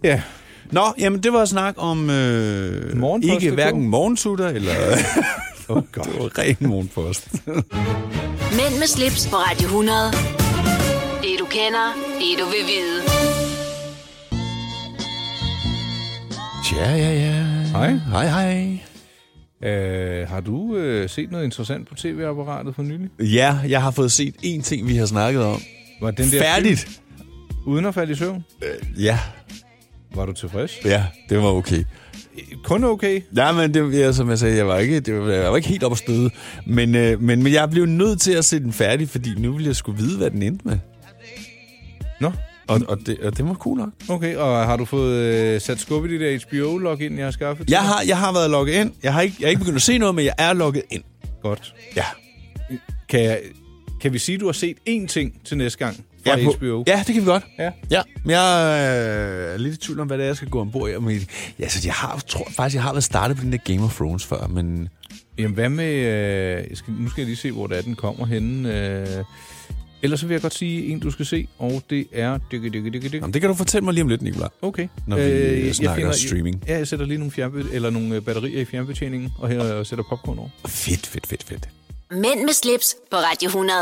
Ja, Nå, jamen det var snak om... Øh, Morgenpost, ikke det hverken morgensutter eller... oh det God. var ren morgenpost. Mænd med slips på Radio 100. Det du kender, det du vil vide. ja, ja, ja. Hej. Hej, hej. Øh, har du øh, set noget interessant på tv-apparatet for nylig? Ja, jeg har fået set én ting, vi har snakket om. Var den der Færdigt! Øh, Film, uden at falde i søvn? Ja, Var du tilfreds? ja, det var okay. Øh, Kun okay. Nej, men det, ja, som jeg sagde, jeg var ikke, det var, jeg var ikke helt op at støde. Men, øh, men, men jeg blev nødt til at se den færdig, fordi nu ville jeg skulle vide, hvad den endte med. Nå, Og, og, det, og det var cool nok. okay. Og har du fået øh, sat skub i det der HBO-login, jeg har skaffet? til Jeg dig? har, jeg har været logget ind. Jeg har ikke, jeg er ikke begyndt at se noget, men jeg er logget ind. Godt. Ja. Kan, jeg, kan vi sige, at du har set én ting til næste gang fra Jeg er på- HBO? Ja, det kan vi godt. ja. Ja, men jeg øh, er lidt i tvivl om, hvad det er, jeg skal gå ombord i. Men, ja, så jeg har, tror faktisk, jeg har været startet på den der Game of Thrones før, men... Jamen, hvad med... Øh, jeg skal, nu skal jeg lige se, hvor det er, den kommer henne. Øh. Ellers så vil jeg godt sige en, du skal se, og det er... Dykke, dykke, dykke, dykke. Jamen, det kan du fortælle mig lige om lidt, Nicolaj. Okay. Når vi, øh, snakker streaming. Jeg, ja, jeg sætter lige nogle, fjernbe- eller nogle øh, batterier i fjernbetjeningen, og her og sætter popcorn over. Fedt, fedt, fedt, fedt. Mænd med slips på Radio 100.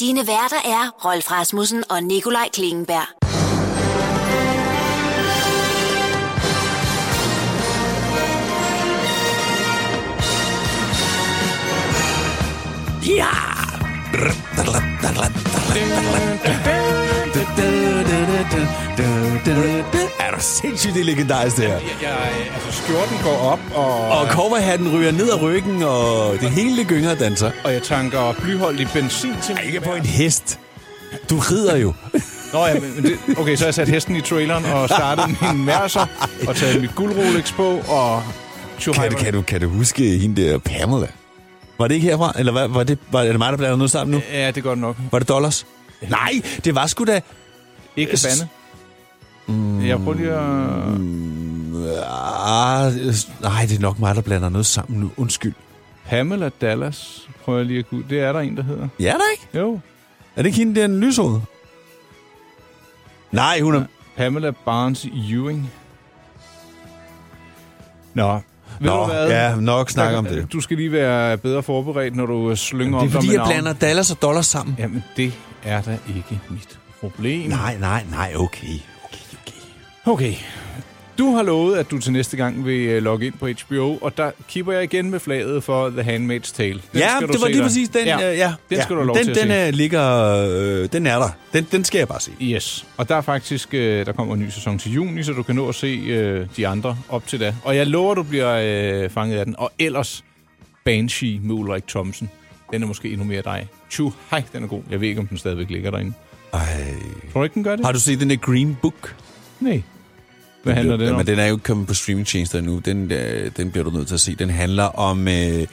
Dine værter er Rolf Rasmussen og Nikolaj Klingenberg. Ja! Er du sindssygt, det er legendarisk, det her. Jeg, altså, skjorten går op, og, Og coverhatten ryger ned ad ryggen, og det hele gynger og danser. og jeg tanker blyholdig benzin til min Ikke på smag. en hest. Du rider jo. Nå ja, men men det, okay, så har jeg sat hesten i traileren og startet min mærser og taget mit guld Rolex på og... Kan, du- kan, du, kan du huske hende der Pamela? Var det ikke herfra? Eller var, var, det, var er det mig, der blander noget sammen nu? Ja, det er godt nok. Var det dollars? Nej, det var sgu da... Ikke bande. Mm. Jeg prøver lige at... Ah, nej, det er nok mig, der blander noget sammen nu. Undskyld. Pamela Dallas prøver jeg lige at gå ud. Det er der en, der hedder. Ja, der ikke? Jo. Er det ikke hende, den lyshåret? Nej, hun er... Pamela Barnes Ewing. Nå. Ved Nå, du hvad? ja, nok snak om det. Du skal lige være bedre forberedt, når du øh, slynger om Det er dig fordi, med jeg navn. blander dollars og dollars sammen. Jamen, det er da ikke mit problem. Nej, nej, nej, okay. Okay, okay. Okay. Du har lovet, at du til næste gang vil øh, logge ind på HBO, og der kipper jeg igen med flaget for The Handmaid's Tale. Den ja, skal du det se var lige der. præcis den. Ja, øh, ja Den ja. skal du have lov den, til at den se. Er, ligger, øh, den er der. Den, den skal jeg bare se. Yes, og der er faktisk, øh, der kommer en ny sæson til juni, så du kan nå at se øh, de andre op til da. Og jeg lover, du bliver øh, fanget af den. Og ellers Banshee med Ulrik Thomsen. Den er måske endnu mere dig. Tju, hej, den er god. Jeg ved ikke, om den stadigvæk ligger derinde. Ej. Tror du ikke, den gør det? Har du set den der Green Book? Nej. Hvad handler den om? Men den er jo ikke kommet på streamingtjenester endnu. Den, øh, den bliver du nødt til at se. Den handler om øh,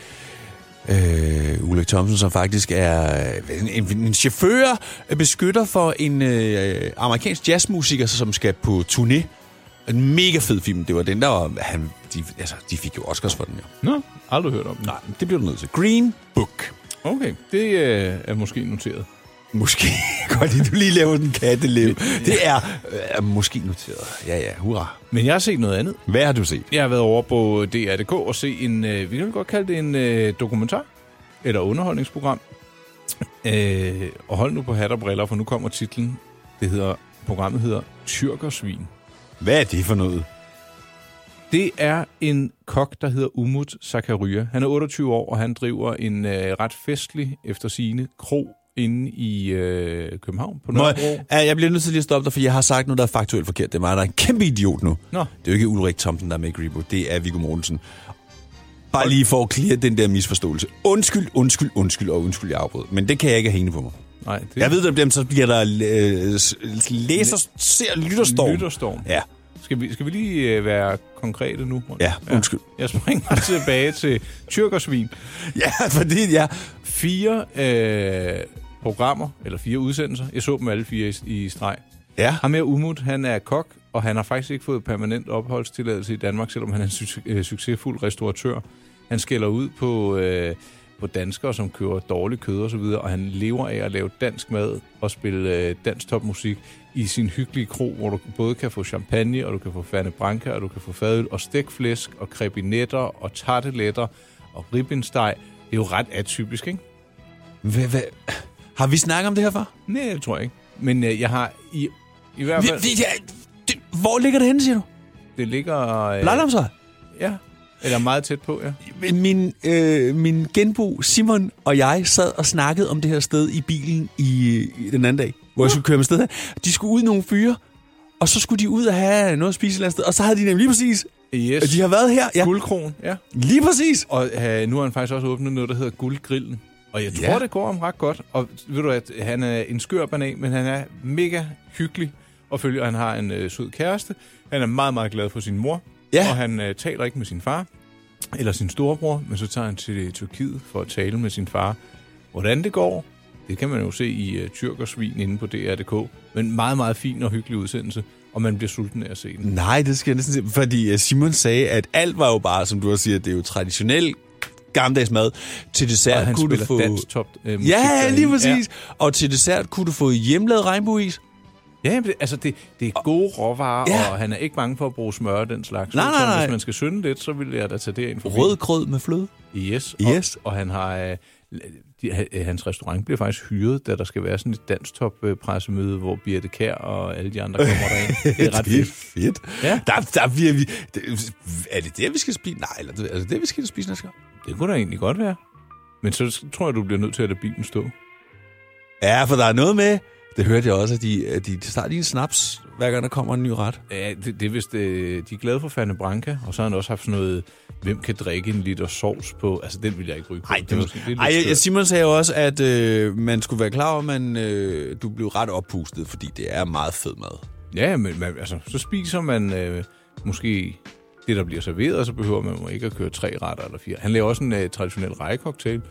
øh, Ulrik Thomsen, som faktisk er øh, en, en, en chauffør, øh, beskytter for en øh, amerikansk jazzmusiker, som skal på turné. En mega fed film. Det var den, der var... Han, de, altså, de fik jo Oscars for den, jo. Nå, aldrig hørt om den. Nej, det bliver du nødt til. Green Book. Okay, det øh, er måske noteret. Måske. Godt, at du lige laver den kattelev. Det er øh, måske noteret. Ja, ja, hurra. Men jeg har set noget andet. Hvad har du set? Jeg har været over på DR.dk og se en, øh, vi kan vel godt kalde det en øh, dokumentar, eller underholdningsprogram. Øh, og hold nu på hat og briller, for nu kommer titlen. Det hedder, programmet hedder Tyrkersvin. Hvad er det for noget? Det er en kok, der hedder Umut Zakaria. Han er 28 år, og han driver en øh, ret festlig, efter sine kro inde i øh, København på Må, Nørrebro. ja, jeg bliver nødt til lige at stoppe dig, for jeg har sagt noget, der er faktuelt forkert. Det er mig, der er en kæmpe idiot nu. Nå. Det er jo ikke Ulrik Thomsen, der er med i Grebo. Det er Viggo Mortensen. Bare lige for at klare den der misforståelse. Undskyld, undskyld, undskyld og undskyld, jeg afbrød. Men det kan jeg ikke have hængende på mig. Nej, det Jeg ved, der bliver, så bliver der øh, s- læser, ser lytterstorm. Lytterstorm. Ja. Skal vi, skal vi lige øh, være konkrete nu? Morten? Ja, undskyld. Jeg springer tilbage til Tyrkersvin. ja, fordi jeg... Fire øh, programmer, eller fire udsendelser. Jeg så dem alle fire i, i streg. Ja. Ham her, Umut, han er kok, og han har faktisk ikke fået permanent opholdstilladelse i Danmark, selvom han er en suc- øh, succesfuld restauratør. Han skælder ud på, øh, på danskere, som kører dårlig kød og så videre, og han lever af at lave dansk mad og spille øh, dansk topmusik i sin hyggelige kro, hvor du både kan få champagne, og du kan få fane branca, og du kan få fadøl, og stegflæsk, og krebinetter, og tarteletter, og ribbensteg. Det er jo ret atypisk, ikke? Hva, hva? Har vi snakket om det her før? Nej, det tror jeg ikke. Men øh, jeg har i, i hvert Vi, fald... vi, ja, det, hvor ligger det henne, siger du? Det ligger... øh, Blejler om sig. Ja. Eller meget tæt på, ja. Min, øh, min genbo Simon og jeg sad og snakkede om det her sted i bilen i, i den anden dag, hvor jeg skulle køre med sted. De skulle ud i nogle fyre, og så skulle de ud og have noget at spise et eller andet sted. Og så havde de nemlig lige præcis... Yes. Og de har været her. Ja, Guldkron, ja. lige præcis. Og øh, nu har han faktisk også åbnet noget, der hedder Guldgrillen. Og jeg Ja. tror, det går om ret godt. Og ved du at han er en skør banan, men han er mega hyggelig og følger. Han har en øh, sød kæreste. Han er meget, meget glad for sin mor. Ja. Og han øh, taler ikke med sin far eller sin storebror, men så tager han til øh, Tyrkiet for at tale med sin far. Hvordan det går, det kan man jo se i øh, Tyrk og Svin inde på DR.dk. Men meget, meget fin og hyggelig udsendelse, og man bliver sulten af at se den. Nej, det skal jeg næsten se, fordi øh, Simon sagde, at alt var jo bare, som du også siger, det er jo traditionel gammeldags mad. Til dessert Og han kunne spiller du få... dansk top øh, musik Ja, derinde. lige præcis. Og til dessert kunne du få hjemmelavet regnbueis. Ja, ja men det, altså det, det er gode råvarer, Ja. ja. og han er ikke bange for at bruge smør og den slags. Nej, Så nej, nej. Hvis man skal synde lidt, så vil jeg da tage det ind for Rødgrød med fløde. Yes. Yes. Og, og han har... øh, de- ha- øh, Hans restaurant bliver faktisk hyret, da der skal være sådan et danstop-pressemøde, hvor Birte Kær og alle de andre kommer derind. Det er ret vildt. fedt. Ja. Der, der bliver vi... det- Er det det, vi skal spise? Nej, eller det, er det det, vi skal spise næste gang? Det kunne da egentlig godt være. Men så tror jeg, du bliver nødt til at lade bilen stå. Ja, for der er noget med... Det hørte jeg også, at de, at de starter lige en snaps, hver gang der kommer en ny ret. Ja, det, det er vist, øh, de er glade for Fanny Branca, og så har han også haft sådan noget, hvem kan drikke en liter sovs på? Altså, den vil jeg ikke ryge på. Nej, er måske- er det, lidt ej, jeg- skørt. Simon sagde jo også, at øh, man skulle være klar over, at man, øh, du blev ret oppustet, fordi det er meget fed mad. Ja, men man, altså, så spiser man øh, måske det, der bliver serveret, og så behøver man jo ikke at køre tre retter eller fire. Han laver også en øh, traditionel rejecocktail,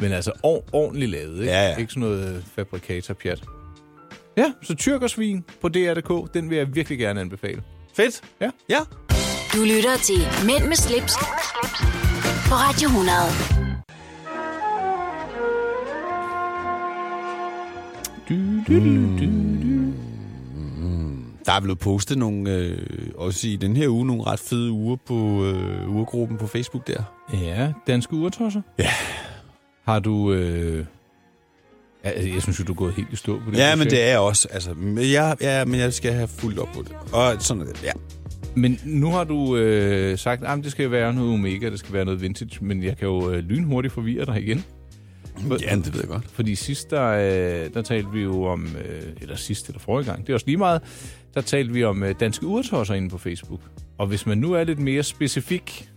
men altså or- ordentligt lavet, ikke? Ja, ja. Ikke sådan noget øh, fabrikata-pjat. Ja, så tyrkersvin på DR.dk, den vil jeg virkelig gerne anbefale. Fedt. Ja. Ja. Du lytter til Mænd med slips, på Radio 100. Du, du, du, du, du. Der er blevet postet nogle, øh, også i den her uge, nogle ret fede uger på øh, uregruppen på Facebook der. Ja, danske urtosser. Ja. Har du... Øh... ja, altså, Jeg synes jo, du er gået helt i stå på det. Ja, men projekt. det er jeg også. Altså, men jeg, ja, men jeg skal have fuldt op på det. Og sådan er det. Ja. Men nu har du øh, sagt, at det skal være noget omega, det skal være noget vintage, men jeg kan jo øh, lynhurtigt forvirre dig igen. ja, det ved jeg godt. Fordi sidst, der, øh, der talte vi jo om, øh, eller sidst eller forrige gang, det er også lige meget, der talte vi om øh, danske urtosser inde på Facebook. Og hvis man nu er lidt mere specifik,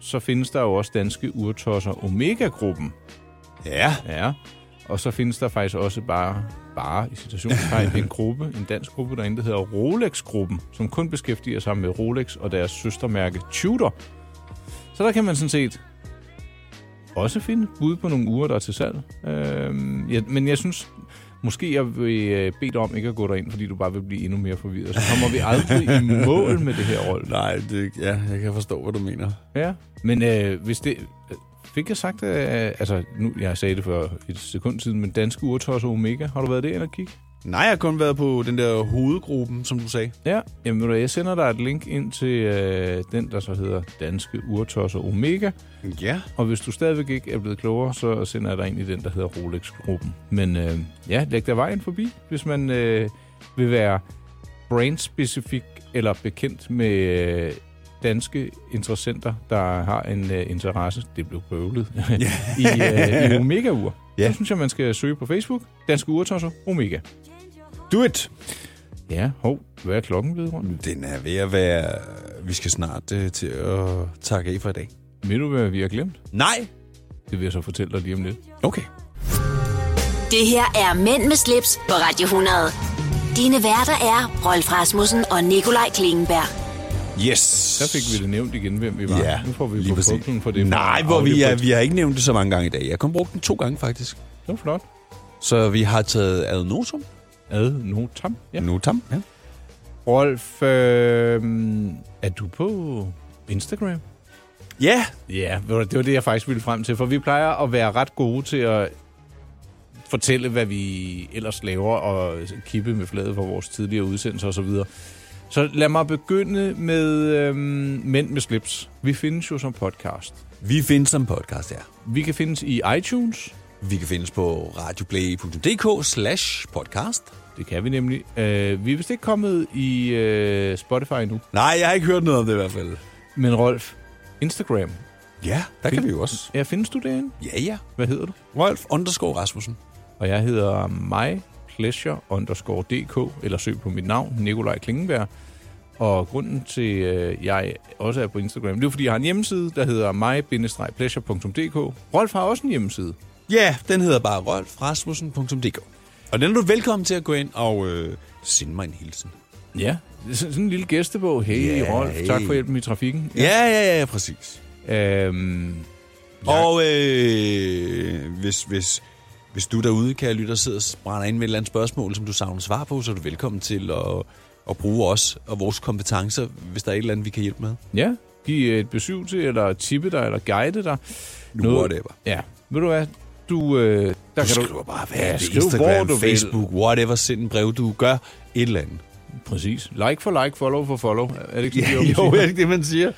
så findes der jo også danske urtosser Omega-gruppen. Ja. Ja. Og så findes der faktisk også bare, bare i citationstegn, en gruppe, en dansk gruppe derinde, der hedder Rolex-gruppen, som kun beskæftiger sig med Rolex og deres søstermærke Tudor. Så der kan man sådan set også finde bud på nogle uger, der er til salg. Øhm, ja, men jeg synes, måske jeg vil øh, bede dig om ikke at gå derind, fordi du bare vil blive endnu mere forvirret. Så kommer vi aldrig i mål med det her, Rolf. Nej, det, ja, jeg kan forstå, hvad du mener. Ja, men øh, hvis det... Fik jeg sagt, at, altså, nu, jeg sagde det for et sekund siden, men danske urtosser Omega, har du været derinde og kigge? Nej, jeg har kun været på den der hovedgruppen, som du sagde. Ja, jamen ved du hvad, jeg sender dig et link ind til øh, den, der så hedder Danske Urtosser Omega, Ja. og hvis du stadigvæk ikke er blevet klogere, så sender jeg dig ind i den, der hedder Rolex-gruppen. Men øh, ja, læg dig vejen forbi, hvis man øh, vil være brand-specifik eller bekendt med øh, danske interessenter, der har en øh, interesse, det blev bøvlet, i, øh, i Omega-ur. Ja. Ja. Så synes jeg, man skal søge på Facebook, Danske Urtosser Omega. Do it! Ja, hov, hvad er klokken blevet rundt? Den er ved at være... Vi skal snart øh, til at takke af for i dag. Ved du, hvad vi har glemt? Nej! Det vil jeg så fortælle dig lige om lidt. Okay. Det her er Mænd med slips på Radio 100. Dine værter er Rolf Rasmussen og Nikolaj Klingenberg. Yes! Der fik vi det nævnt igen, hvem vi var. Ja, nu får vi lige på præcis. puklen for det. Nej, hvor vi, er, vi har ikke nævnt det så mange gange i dag. Jeg har kun brugt den to gange, faktisk. Det var flot. Så vi har taget ad notum. Ad notam. Ja. Notam, ja. Rolf, øh, er du på Instagram? Ja, Ja, ved du, det var det, jeg faktisk ville frem til, for vi plejer at være ret gode til at fortælle, hvad vi ellers laver, og kippe med fladet for vores tidligere udsendelser osv. Så lad mig begynde med øh, Mænd med slips. Vi findes jo som podcast. vi findes som podcast, ja. Vi kan findes i iTunes. Vi kan findes på radioplay.dk slash podcast. Det kan vi nemlig. Øh, vi er vist ikke kommet i øh, Spotify endnu. Nej, jeg har ikke hørt noget om det i hvert fald. Men Rolf, Instagram. Ja, der kan vi jo også. Ja, findes du derinde? Ja, ja. Hvad hedder du? Rolf underscore Rasmussen. Og jeg hedder mypleasure_dk, eller søg på mit navn, Nikolaj Klingenberg. Og grunden til, øh, jeg også er på Instagram, det er fordi, jeg har en hjemmeside, der hedder my-pleasure.dk. Rolf har også en hjemmeside. Ja, den hedder bare rolfrasmussen.dk. Og den er du velkommen til at gå ind og øh, sende mig en hilsen. Ja. Sådan en lille gæstebog. Hey, Ja, yeah, Rolf, hey. tak for hjælpen i trafikken. Ja, ja, ja, præcis. Øhm, Og øh, hvis, hvis, hvis du derude, kan lytte og sidde og brænder ind med et eller andet spørgsmål, som du savner svar på, så er du velkommen til at, at bruge os og vores kompetencer, hvis der er et eller andet, vi kan hjælpe med. Ja, give et besøg til, eller tippe dig, eller guide dig. whatever. Ja, ved du hvad? Du, øh, der Du kan skriver bare, hvad ja, ja, det? skriv, Instagram, hvor du Facebook, whatever, send en brev, du gør et eller andet. Vil. Præcis. Like for like, follow for follow. Er det ikke Ja, sådan, de jo, unge siger? er det ikke det, man siger?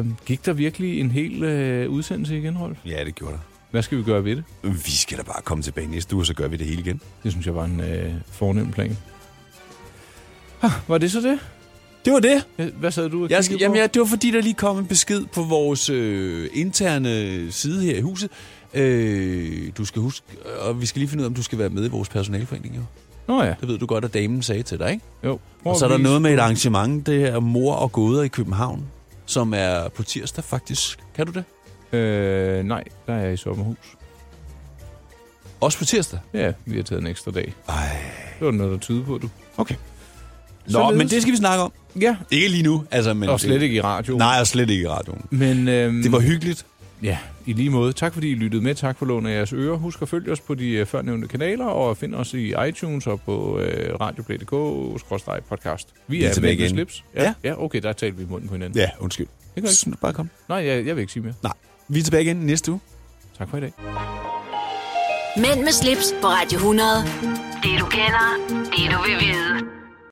Øh, gik der virkelig en hel øh, udsendelse igen, Rolf? Ja, det gjorde der. Hvad skal vi gøre ved det? Vi skal da bare komme tilbage næste uge, så gør vi det hele igen. Det synes jeg var en øh, fornem plan. Ah, var det så det? Det var det. Øh, Hvad sad du og Jeg kiggede skal, på? jamen, ja, det var fordi, der lige kom en besked på vores øh, interne side her i huset. Øh, du skal huske, og vi skal lige finde ud af, om du skal være med i vores personalforening. Jo. Nå ja, Det ved du godt, at damen sagde til dig, ikke? jo. Og så er der Prøv at noget vise- med et arrangement, det er mor og gåder i København, som er på tirsdag faktisk. Kan du det? Øh, nej, der er jeg i sommerhus. Også på tirsdag? Ja, vi har taget en ekstra dag. Ej. Det var noget, der tyder på, du. Okay. Nå, Således. men det skal vi snakke om. Ja, Ikke lige nu. Altså, men og slet ikke i radioen. Nej, og slet ikke i radioen. Men, øhm, Det var hyggeligt. Ja, i lige måde. Tak fordi I lyttede med. Tak for lånet af jeres ører. Husk at følge os på de øh, førnævnte kanaler, og find os i iTunes og på øh, radioplay.dk-podcast. Vi er tilbage med igen. slips. Ja. Ja. ja, okay, der talte vi i munden på hinanden. Ja, undskyld. Det gør ikke. Sådan, Bare kom. Nej, jeg, jeg vil ikke sige mere. Nej. Vi er tilbage igen næste uge. Tak for i dag. Mænd med slips på Radio 100. Det du kender, det du vil vide.